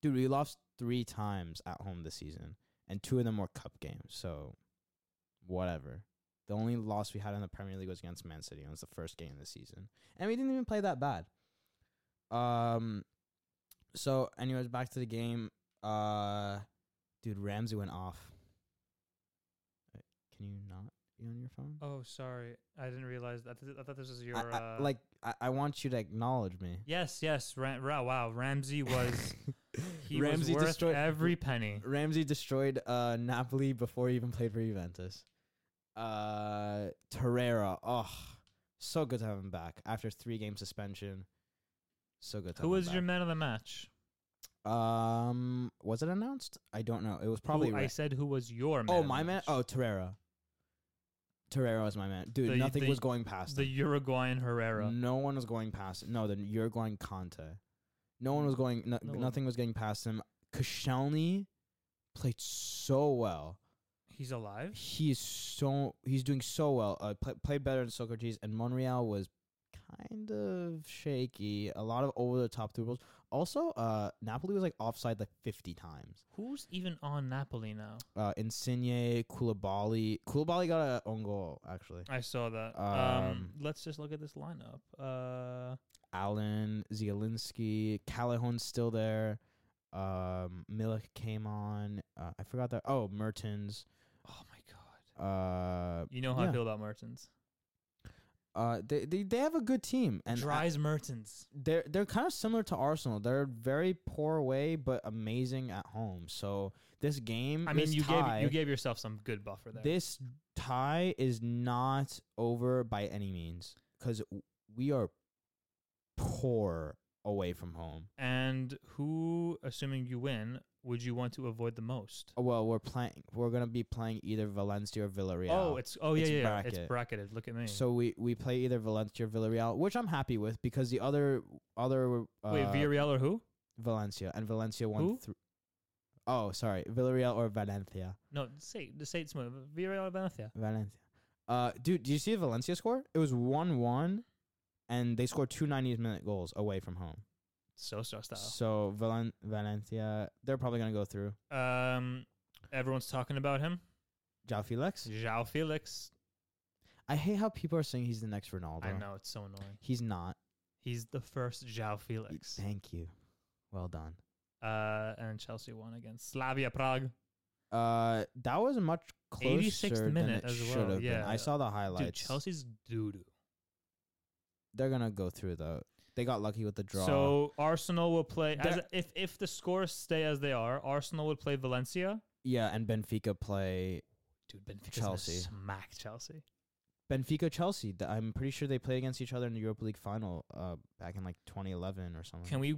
[SPEAKER 1] dude. We lost three times at home this season, and two of them were cup games. So, whatever. The only loss we had in the Premier League was against Man City. and It was the first game of the season, and we didn't even play that bad. Um. So, anyways, back to the game. Uh, dude, Ramsey went off. Can you not? you on your phone?
[SPEAKER 2] Oh, sorry. I didn't realize. I, th- I thought this was your.
[SPEAKER 1] I- I,
[SPEAKER 2] uh,
[SPEAKER 1] like I, I want you to acknowledge me.
[SPEAKER 2] Yes, yes. Ra- ra- wow. Ramsey was. He
[SPEAKER 1] Ramsey
[SPEAKER 2] was worth
[SPEAKER 1] destroyed-
[SPEAKER 2] every penny.
[SPEAKER 1] Ramsey destroyed uh, Napoli before he even played for Juventus. Uh, Torreira, oh, so good to have him back after three game suspension. So good. To
[SPEAKER 2] Who
[SPEAKER 1] have
[SPEAKER 2] was
[SPEAKER 1] him
[SPEAKER 2] your
[SPEAKER 1] back.
[SPEAKER 2] man of the match?
[SPEAKER 1] Um, was it announced? I don't know. It was probably.
[SPEAKER 2] Who-
[SPEAKER 1] Ra-
[SPEAKER 2] I said who was your man.
[SPEAKER 1] oh,
[SPEAKER 2] of the
[SPEAKER 1] my man.
[SPEAKER 2] match.
[SPEAKER 1] Oh, Torreira. Torreira was my man, dude.
[SPEAKER 2] The-
[SPEAKER 1] nothing
[SPEAKER 2] the-
[SPEAKER 1] was going past
[SPEAKER 2] the
[SPEAKER 1] him.
[SPEAKER 2] Uruguayan Herrera.
[SPEAKER 1] No one was going past. No, the Uruguayan Conte. No one was going. No,
[SPEAKER 2] No one.
[SPEAKER 1] Nothing was getting past him. Koscielny played so well.
[SPEAKER 2] He's alive.
[SPEAKER 1] He is so he's doing so well. Uh, play, played better than Socrates, and Monreal was kind of shaky. A lot of over the top through balls. Also, uh, Napoli was like offside like fifty times.
[SPEAKER 2] Who's even on Napoli now?
[SPEAKER 1] Uh, Insigne, Koulibaly, Koulibaly got a own goal actually.
[SPEAKER 2] I saw that. Um,
[SPEAKER 1] Um,
[SPEAKER 2] let's just look at this lineup. Uh,
[SPEAKER 1] Allen, Zielinski, Callahan's still there. Um, Milik came on. Uh, I forgot that. Oh, Mertens.
[SPEAKER 2] oh my god.
[SPEAKER 1] Uh,
[SPEAKER 2] You know how
[SPEAKER 1] Yeah.
[SPEAKER 2] I feel about Mertens.
[SPEAKER 1] uh, they they, they have a good team and I-
[SPEAKER 2] Dries Mertens.
[SPEAKER 1] they're they're kind of similar to Arsenal. They're very poor away but amazing at home. So this game,
[SPEAKER 2] I mean,
[SPEAKER 1] this
[SPEAKER 2] you
[SPEAKER 1] tie,
[SPEAKER 2] gave you gave yourself some good buffer there.
[SPEAKER 1] this tie is not over by any means because we are poor away from home.
[SPEAKER 2] and who, assuming you win, would you want to avoid the most?
[SPEAKER 1] Oh, Well, we're playing. We're gonna be playing either Valencia or Villarreal.
[SPEAKER 2] Oh, it's oh yeah
[SPEAKER 1] It's
[SPEAKER 2] yeah, yeah.
[SPEAKER 1] bracket.
[SPEAKER 2] it's bracketed. Look at me.
[SPEAKER 1] so we we play either Valencia or Villarreal, which I'm happy with because the other other uh,
[SPEAKER 2] wait, Villarreal or who?
[SPEAKER 1] Valencia and Valencia won.
[SPEAKER 2] Who?
[SPEAKER 1] Th- oh, sorry, Villarreal or Valencia.
[SPEAKER 2] No, say say it's more Villarreal or Valencia.
[SPEAKER 1] Valencia. Uh, dude, did you see the Valencia score? It was one one, and they scored two 90 minute goals away from home.
[SPEAKER 2] So so style.
[SPEAKER 1] So Valen- Valencia, they're probably gonna go through.
[SPEAKER 2] Um, everyone's talking about him.
[SPEAKER 1] Jao Felix.
[SPEAKER 2] Zhao Felix.
[SPEAKER 1] I hate how people are saying he's the next Ronaldo.
[SPEAKER 2] I know it's so annoying.
[SPEAKER 1] He's not.
[SPEAKER 2] He's the first Zhao Felix.
[SPEAKER 1] Thank you. Well done.
[SPEAKER 2] Uh, and Chelsea won against Slavia Prague.
[SPEAKER 1] Uh, that was much closer
[SPEAKER 2] 86th
[SPEAKER 1] than
[SPEAKER 2] minute
[SPEAKER 1] it
[SPEAKER 2] as
[SPEAKER 1] should
[SPEAKER 2] well,
[SPEAKER 1] have been.
[SPEAKER 2] yeah.
[SPEAKER 1] I saw the highlights.
[SPEAKER 2] Dude, Chelsea's doo doo.
[SPEAKER 1] They're gonna go through though. They got lucky with the draw.
[SPEAKER 2] So Arsenal will play as
[SPEAKER 1] They're-
[SPEAKER 2] if if the scores stay as they are. Arsenal would play Valencia.
[SPEAKER 1] yeah, and Benfica play
[SPEAKER 2] Dude, Benfica's
[SPEAKER 1] Chelsea.
[SPEAKER 2] Chelsea smack Chelsea.
[SPEAKER 1] Benfica Chelsea. Th- I'm pretty sure they played against each other in the Europa League final uh, back in like 2011 or something.
[SPEAKER 2] Can we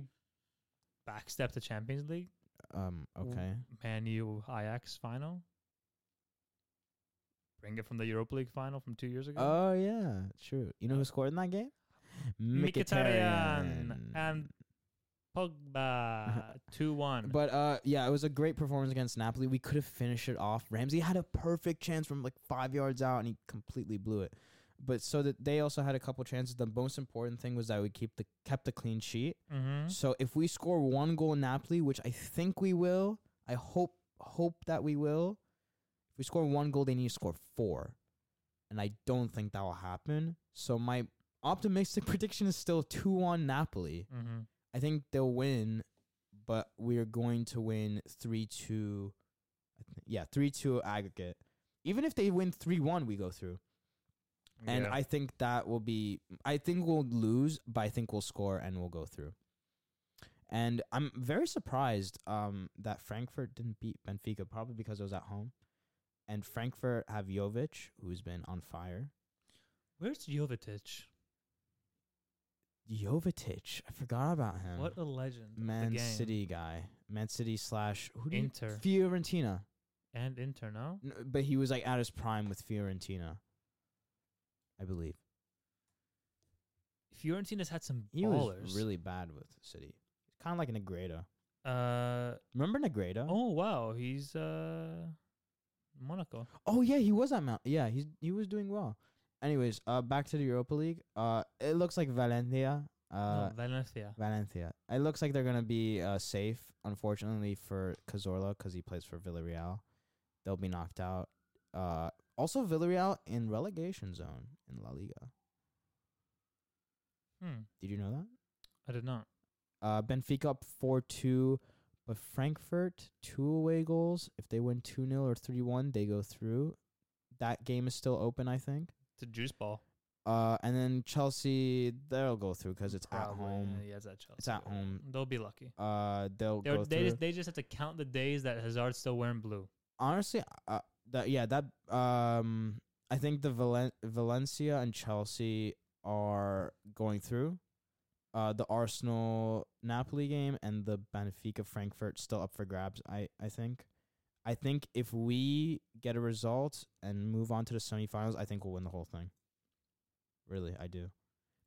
[SPEAKER 2] backstep the Champions League?
[SPEAKER 1] um,
[SPEAKER 2] w-
[SPEAKER 1] okay.
[SPEAKER 2] Man U Ajax final. Bring it from the Europa League final from two years ago.
[SPEAKER 1] Oh yeah, true. You know who scored in that game?
[SPEAKER 2] Mkhitaryan
[SPEAKER 1] Mkhitaryan.
[SPEAKER 2] and Pogba two one.
[SPEAKER 1] But uh, yeah, it was a great performance against Napoli. We could have finished it off. Ramsey had a perfect chance from like five yards out, and he completely blew it. But so that they also had a couple chances. The most important thing was that we keep the kept the clean sheet.
[SPEAKER 2] mm-hmm.
[SPEAKER 1] So if we score one goal in Napoli, which I think we will, I hope hope that we will. If we score one goal, they need to score four, and I don't think that will happen. So my optimistic prediction is still two one Napoli.
[SPEAKER 2] mm-hmm.
[SPEAKER 1] I think they'll win, but we are going to win three two. I think, yeah, three two aggregate. Even if they win three one, we go through. And I think that will be. I think we'll lose, but I think we'll score and we'll go through. And I'm very surprised um, that Frankfurt didn't beat Benfica, probably because it was at home. And Frankfurt have Jovic, who's been on fire.
[SPEAKER 2] where's Jovetic?
[SPEAKER 1] Jovetic, I forgot about him.
[SPEAKER 2] What a legend! of the
[SPEAKER 1] Man
[SPEAKER 2] game.
[SPEAKER 1] City guy, Man City slash who do you-
[SPEAKER 2] Inter.
[SPEAKER 1] Fiorentina.
[SPEAKER 2] and Inter. No,
[SPEAKER 1] N- But he was like at his prime with Fiorentina, I believe.
[SPEAKER 2] Fiorentina's had some
[SPEAKER 1] He
[SPEAKER 2] ballers.
[SPEAKER 1] was really bad with City. Kind of like Negredo.
[SPEAKER 2] Uh
[SPEAKER 1] Remember Negredo?
[SPEAKER 2] oh wow, he's uh Monaco.
[SPEAKER 1] Oh yeah, he was at Mount. Yeah, he's he was doing well. Anyways, uh, back to the Europa League. Uh, it looks like Valencia. Uh,
[SPEAKER 2] no, Valencia.
[SPEAKER 1] Valencia. It looks like they're gonna be uh safe. Unfortunately for Cazorla, because he plays for Villarreal, they'll be knocked out. Uh, also Villarreal in relegation zone in La Liga.
[SPEAKER 2] Hmm.
[SPEAKER 1] Did you know that?
[SPEAKER 2] I did not.
[SPEAKER 1] Uh, Benfica up 4 2, but Frankfurt, two away goals. If they win 2 0 or 3 1, they go through. That game is still open, I think.
[SPEAKER 2] It's a juice ball.
[SPEAKER 1] Uh, and then Chelsea, they'll go through because it's at
[SPEAKER 2] Probably.
[SPEAKER 1] home.
[SPEAKER 2] Yeah, it's at Chelsea.
[SPEAKER 1] It's at home.
[SPEAKER 2] They'll be lucky.
[SPEAKER 1] Uh, they'll
[SPEAKER 2] They,
[SPEAKER 1] go
[SPEAKER 2] would- they
[SPEAKER 1] through.
[SPEAKER 2] just they just have to count the days that Hazard's still wearing blue.
[SPEAKER 1] Honestly, uh, that yeah, that um, I think the Valen- Valencia and Chelsea are going through. Uh, the Arsenal Napoli game and the Benfica Frankfurt still up for grabs. I I think, I think if we get a result and move on to the semifinals, I think we'll win the whole thing. Really, I do,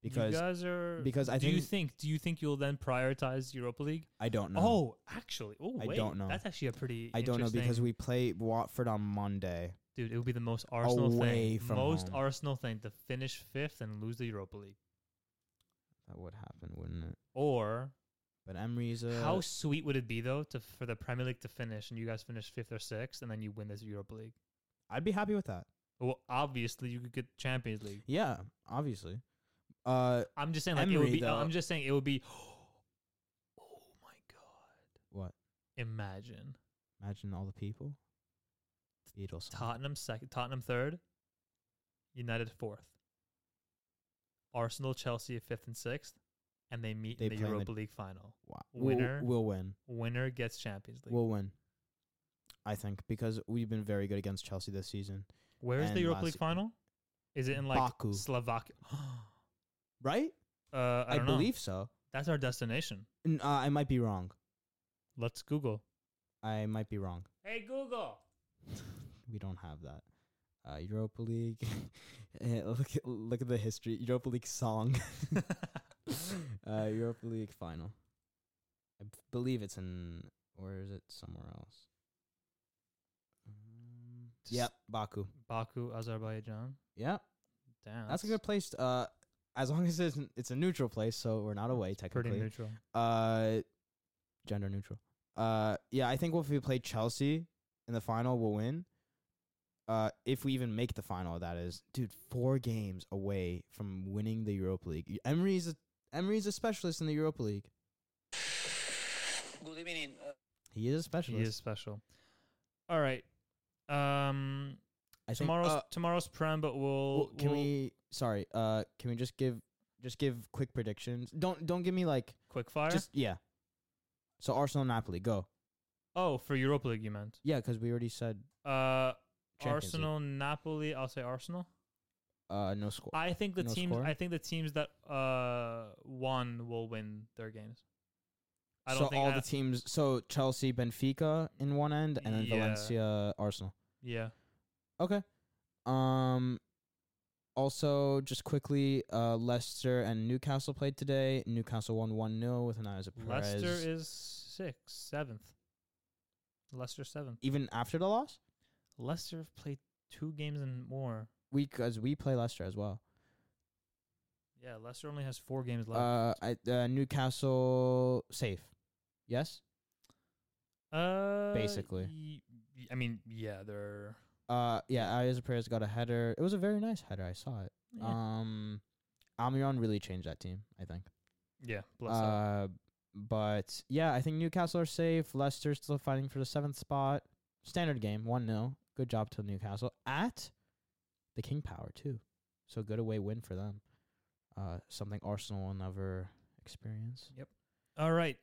[SPEAKER 1] because
[SPEAKER 2] you guys are
[SPEAKER 1] because I
[SPEAKER 2] do you
[SPEAKER 1] think-
[SPEAKER 2] think do you think you'll then prioritize Europa League?
[SPEAKER 1] I don't know.
[SPEAKER 2] Oh, actually, oh
[SPEAKER 1] I
[SPEAKER 2] wait,
[SPEAKER 1] don't know.
[SPEAKER 2] That's actually a pretty.
[SPEAKER 1] I don't know because
[SPEAKER 2] interesting-
[SPEAKER 1] we play Watford on Monday.
[SPEAKER 2] dude, it would be the most Arsenal
[SPEAKER 1] Away
[SPEAKER 2] thing,
[SPEAKER 1] from
[SPEAKER 2] most
[SPEAKER 1] home.
[SPEAKER 2] Arsenal thing to finish fifth and lose the Europa League.
[SPEAKER 1] That would happen, wouldn't it?
[SPEAKER 2] Or
[SPEAKER 1] But Emery's a
[SPEAKER 2] how sweet would it be though to for the Premier League to finish and you guys finish fifth or sixth and then you win this Europa League?
[SPEAKER 1] I'd be happy with that.
[SPEAKER 2] Well, obviously you could get Champions League.
[SPEAKER 1] Yeah, obviously. Uh,
[SPEAKER 2] I'm just saying like it
[SPEAKER 1] Emery,
[SPEAKER 2] would be.
[SPEAKER 1] though-
[SPEAKER 2] I'm just saying it would be. Oh my god!
[SPEAKER 1] What?
[SPEAKER 2] Imagine
[SPEAKER 1] imagine all the people. Beatles.
[SPEAKER 2] Tottenham second, Tottenham third, United fourth, Arsenal, Chelsea fifth and sixth, and they meet
[SPEAKER 1] They
[SPEAKER 2] in the
[SPEAKER 1] play in the-
[SPEAKER 2] Europa League final.
[SPEAKER 1] Wow.
[SPEAKER 2] winner.
[SPEAKER 1] We'll, we'll win.
[SPEAKER 2] Winner gets Champions League.
[SPEAKER 1] We'll win. I think because we've been very good against Chelsea this season,
[SPEAKER 2] Where is the
[SPEAKER 1] and
[SPEAKER 2] Europa
[SPEAKER 1] last-
[SPEAKER 2] League final? Is it in like
[SPEAKER 1] Baku.
[SPEAKER 2] Slovakia?
[SPEAKER 1] right?
[SPEAKER 2] Uh, I,
[SPEAKER 1] I,
[SPEAKER 2] don't know.
[SPEAKER 1] believe so.
[SPEAKER 2] that's our destination.
[SPEAKER 1] N- uh, I might be wrong.
[SPEAKER 2] Let's Google.
[SPEAKER 1] I might be wrong.
[SPEAKER 2] Hey Google.
[SPEAKER 1] We don't have that. Uh, Europa League. Eh, look at look at the history. Europa League song. uh, Europa League final. I b- believe it's in, or is it somewhere else? Um,
[SPEAKER 2] Just-
[SPEAKER 1] yep, Baku.
[SPEAKER 2] Baku, Azerbaijan.
[SPEAKER 1] Yeah,
[SPEAKER 2] Damn,
[SPEAKER 1] that's a good place. to- Uh, as long as it's, n- it's a neutral place, so we're not away
[SPEAKER 2] Pretty
[SPEAKER 1] technically.
[SPEAKER 2] neutral.
[SPEAKER 1] Uh, gender neutral. Uh, yeah, I think if we play Chelsea in the final, we'll win. Uh, if we even make the final, that is, dude, four games away from winning the Europa League. Y- Emery's a Emery's a specialist in the Europa League.
[SPEAKER 3] Good evening. Uh,
[SPEAKER 1] He is a
[SPEAKER 2] He
[SPEAKER 1] specialist.
[SPEAKER 2] is special. All right. Um,
[SPEAKER 1] I think-
[SPEAKER 2] tomorrow's
[SPEAKER 1] uh,
[SPEAKER 2] tomorrow's prem, but we'll,
[SPEAKER 1] well, can
[SPEAKER 2] we'll-
[SPEAKER 1] we? Sorry. Uh, can we just give just give quick predictions? Don't don't give me like
[SPEAKER 2] quick fire.
[SPEAKER 1] just yeah. So Arsenal Napoli go.
[SPEAKER 2] oh, for Europa League, you meant.
[SPEAKER 1] Yeah, 'cause we already said
[SPEAKER 2] Uh,
[SPEAKER 1] Champions League.
[SPEAKER 2] Arsenal, Napoli. I'll say Arsenal.
[SPEAKER 1] Uh, no score.
[SPEAKER 2] I think the
[SPEAKER 1] No
[SPEAKER 2] teams.
[SPEAKER 1] score?
[SPEAKER 2] I think the teams that uh won will win their games. I don't
[SPEAKER 1] so
[SPEAKER 2] think
[SPEAKER 1] all
[SPEAKER 2] I-
[SPEAKER 1] the teams. So Chelsea, Benfica in one end, and then
[SPEAKER 2] Yeah.
[SPEAKER 1] Valencia, Arsenal.
[SPEAKER 2] Yeah.
[SPEAKER 1] Okay. Um. Also, just quickly, uh, Leicester and Newcastle played today. Newcastle won one 0 with an Isa Perez.
[SPEAKER 2] Leicester is sixth, seventh. Leicester seventh.
[SPEAKER 1] even after the loss,
[SPEAKER 2] Leicester have played two games and more.
[SPEAKER 1] we because we play Leicester as well.
[SPEAKER 2] Yeah, Leicester only has four games left.
[SPEAKER 1] Uh, I, uh, Newcastle safe. Yes.
[SPEAKER 2] Uh,
[SPEAKER 1] Basically.
[SPEAKER 2] y- y- I mean, yeah, they're.
[SPEAKER 1] Uh, yeah. Isa Perez got a header. It was a very nice header. I saw it.
[SPEAKER 2] Yeah,
[SPEAKER 1] Um, Almiron really changed that team. I think.
[SPEAKER 2] yeah bless up.
[SPEAKER 1] Uh, but yeah, I think Newcastle are safe. Leicester still fighting for the seventh spot. Standard game, one 0 Good job to Newcastle at the King Power too. So good away win for them. Uh, something Arsenal will never experience.
[SPEAKER 2] All right.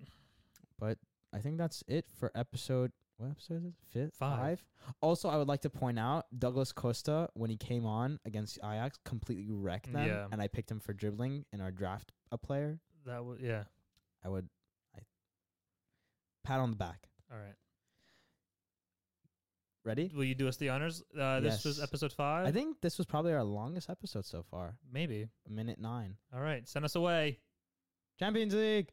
[SPEAKER 1] I think that's it for episode. What episode is it? Fifth,
[SPEAKER 2] Five.
[SPEAKER 1] Also, I would like to point out Douglas Costa when he came on against Ajax completely wrecked them,
[SPEAKER 2] Yeah.
[SPEAKER 1] and I picked him for dribbling in our draft a player.
[SPEAKER 2] That was yeah.
[SPEAKER 1] I would, I pat on the back.
[SPEAKER 2] All right.
[SPEAKER 1] Ready?
[SPEAKER 2] Will you do us the honors? Uh, this was
[SPEAKER 1] Yes.
[SPEAKER 2] episode five.
[SPEAKER 1] I think this was probably our longest episode so far.
[SPEAKER 2] maybe.
[SPEAKER 1] A minute nine.
[SPEAKER 2] All right. Send us away.
[SPEAKER 1] Champions League.